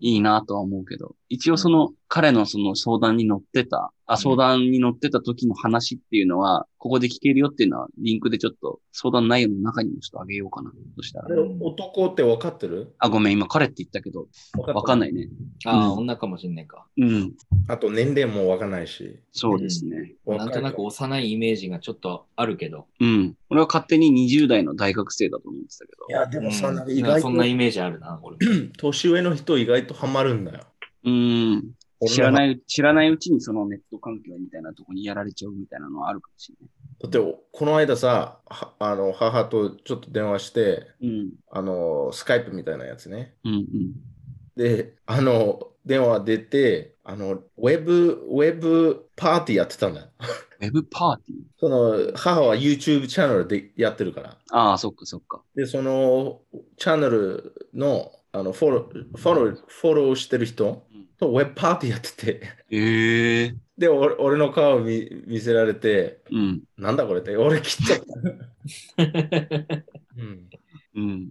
A: いいなとは思うけど、一応その、彼のその相談に乗ってた、あ、相談に乗ってた時の話っていうのは、ここで聞けるよっていうのは、リンクでちょっと相談内容の中にもちょっとあげようかな、とした
B: あ
A: ら。
B: れ男って分かってる
A: あ、ごめん、今彼って言ったけど、わかん
B: ない。
A: ないね。
C: ああ、
A: うん
C: 女かもしんないか。
A: うん、
B: あと年齢も分かんないし。
A: そうですね。
C: なんとなく
B: 若い
C: 幼いイメージがちょっとあるけど。
A: うん。俺は勝手に20代の大学生だと思ってたけど
B: い。や、でもさ、
C: うん
B: なんか意
C: なんか
B: 外
C: そんな
B: と
C: イメージあるな、俺。
B: 年上の人意外とハマるんだよ。。
A: うん。知らないい、知らないうちにそのネット環境みたいなとこにやられちゃうみたいなのはあるかもしれ
B: だって、この間さ、はあの母とちょっと電話して、
A: ない。うん。
B: あの、スカイプみたいなやつね。
A: うん
B: で、あの、電話出て、あの、ウェブ、ウェブパーティーやってたんだよ。
A: うん。ウェブパーティー
B: その、母は YouTube チャンネルでやってるから。
A: ああ、そっかそっか。
B: で、その、チャンネルの、あの、フォロー、フォロー、フォローしてる人
A: うん
B: とウェブパーティーやってて。
A: ええ
B: で、俺俺の顔を見見せられて、
A: うん。
B: なんだこれって、俺切っちゃった。うん、
A: うん。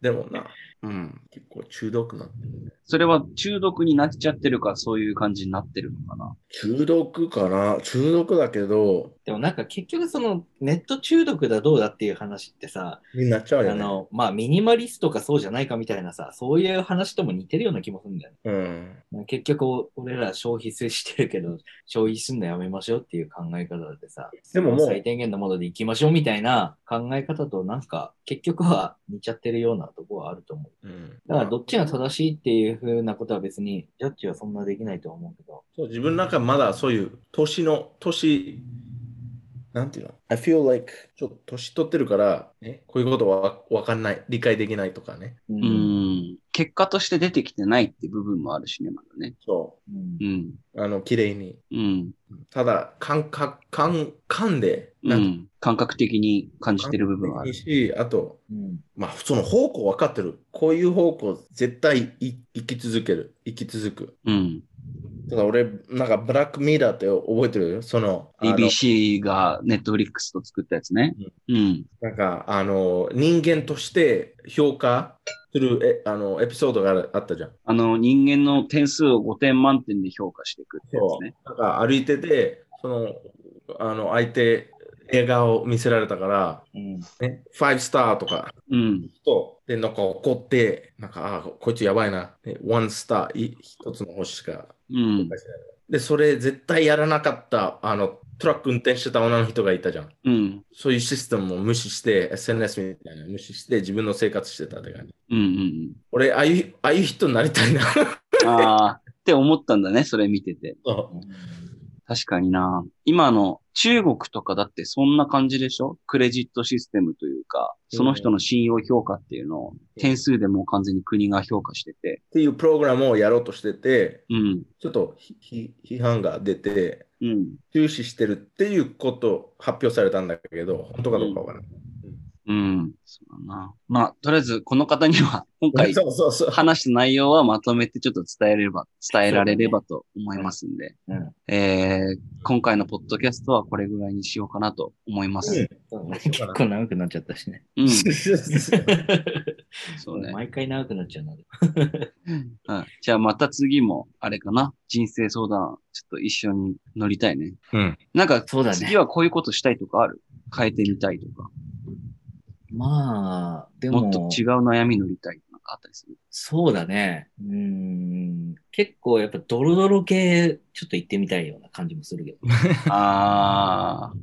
B: でもな、うん、結構中毒なってるね。
A: それは中毒になっちゃってるか、そういう感じになってるのかな。
B: 中毒かな中毒だけど、
C: でもなんか結局そのネット中毒だどうだっていう話ってさ、
B: になっちゃ
C: あ
B: うよね。
C: の、まあミニマリストかそうじゃないかみたいなさ、そういう話とも似てるような気もするんだよね。
B: うん。
C: 結局、俺ら消費してるけど、消費すんのやめましょうっていう考え方でさ、
B: でももう
C: 最低限のものでいきましょうみたいな考え方となんか、結局は似ちゃってるようなとこはあると思う。
B: うん、
C: だから、どっちが正しいっていうふうなことは別に、ジャッジはそんなできないと思うけど。
B: そう自分の中まだそういう年の年なんていうの I feel like ちょっと年取ってるから、ね、こういうことはわかんない理解できないとかね
C: う
A: う。ん。結果として出てきてないって部分もあるしね、まだね。
B: そ
C: うん
A: うん。
B: うあの綺麗に
A: うん。
B: ただ感覚感感で
A: う
B: なんか
A: ん。感覚的に感じてる部分はあ
B: いい
A: る。
B: しあと
C: うん
B: まあその方向わかってるこういう方向絶対い生き続ける生き続く
A: うん。
B: ただ俺なんかブラックミラーって覚えてるそのあの
A: BBC が Netflix と作ったやつね。うん。
B: なんか、あの、人間として評価するえあのエピソードがあったじゃん。
A: あの、人間の点数を5点満点で評価していくってやつね。
B: なんか歩いてて、その、あの、相手、映画を見せられたから、
C: うん。
B: ね、5スターとか、
A: うん。
B: と、で、なんか怒って、なんか、ああ、こいつやばいな。ね、1スター、い一つの星しか
A: うん
B: 評。価してない。で、それ絶対やらなかった、あの、トラック運転してた女の人がいたじゃん。
A: うん。
B: そういうシステムを無視して、SNS みたいなの無視して、自分の生活してたって感じ。
A: うん。うん。
B: 俺、ああいう、ああいう人になりたいな。
A: ああ、って思ったんだね、それ見てて。確かにな。今の中国とかだってそんな感じでしょクレジットシステムというか、その人の信用評価っていうのを点数でもう完全に国が評価してて。
B: っていうプログラムをやろうとしてて、
A: うん。
B: ちょっとひひ批判が出て、
A: うん。
B: 中止してるっていうことを発表されたんだけど、本当かどうかわからない。
A: ううん。そうだな。まあ、とりあえず、この方に は、今回
B: そうそうそう。
A: 話した内容はまとめてちょっと伝えれば、伝えられればと思いますんで、
C: うんうん
A: えー今回のポッドキャストはこれぐらいにしようかなと思います。
C: 結構長くなっちゃった しね。
A: うん、
B: うん
A: そうね。
C: 毎回長くなっちゃうので。
A: うん、じゃあまた次も、あれかな。人生相談、ちょっと一緒に乗りたいね。
B: うん。
A: なんか、
C: そうだね
A: 次はこういうことしたいとかある変えてみたいとか、
C: まあ、でも、
A: もっと違う悩み乗りたいとかあったりする。
C: そうだね。うーん。結構やっぱドロドロ系、ちょっと行ってみたいような感じもするけど。
A: ああ、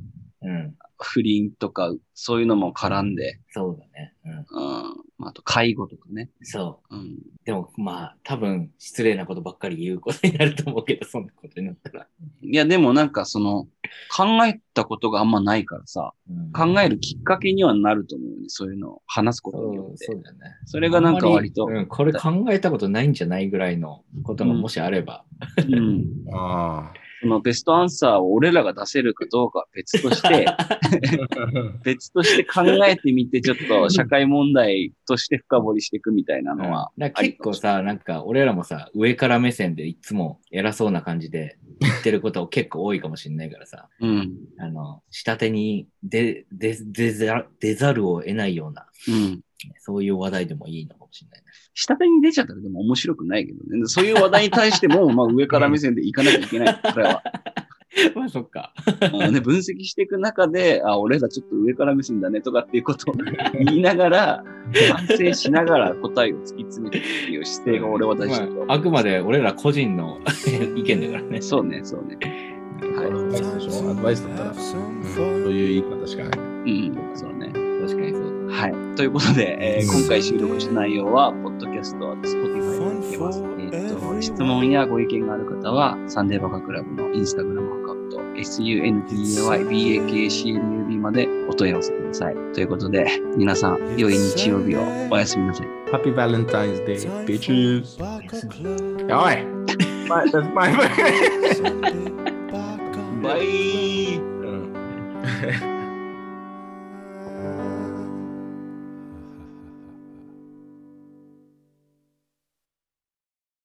C: うん。
A: 不倫とか、そういうのも絡んで、
C: そうだね。うん。
A: うん。あと、介護とかね。
C: そ
A: うん。
C: う。でもまあ、多分失礼なことばっかり言うことになると思うけど、そんなことになったら。
A: いや、でもなんかその、考えたことがあんまないからさ、
C: うん
A: 考えるきっかけにはなると思うね。そういうのを話すことによ
C: そう
A: って。
C: そうだね。
A: それがなんか割と、
C: あんまりうん、これ考えたことないんじゃないぐらいのことがもしあれば。
A: うん。
B: ああ。
A: そのベストアンサーを俺らが出せるかどうかは別と して、別として考えてみて、ちょっと社会問題として深掘りしていくみたいなのは、
C: なんか結構さ、なんか俺らもさ、上から目線でいつも偉そうな感じで言ってること結構多いかもしれないからさ、
A: うん。
C: あの、下手に出、出、出ざ出ざるを得ないような、
A: うん。
C: そういう話題でもいいのかもしれないね。
A: 下手に出ちゃったらでも面白くないけどね。そういう話題に対しても、まあ上から目線でいかなきゃいけない。これは。
C: まあそっか。
A: うんで分析していく中で、あ、俺らちょっと上から目線だねとかっていう ことを言いながら、反省しながら答えを突き詰めていくっていう姿勢が俺は大事だと思う
C: まああくまで俺ら個人の 意見だからね。
A: そうね、そうね。は
B: アドバイスでしょアドバイスだったら、そういう言い方しかない。
A: い。うん、そうね。
C: 確かにそう。
A: はい。ということで、えー今回収録した内容は、ポッドキャストは Spotify で聞けます。えっと、質問やご意見がある方は、サンデーバカクラブのインスタグラムアカウント、sundaybakclub までお問い合わせください。ということで、皆さん、良い日曜日をおやすみなさい。
B: Happy Valentine's Day, bitches.
D: All
B: Oi! My, that's my.
D: right. Bye.
A: Bye.
B: Um,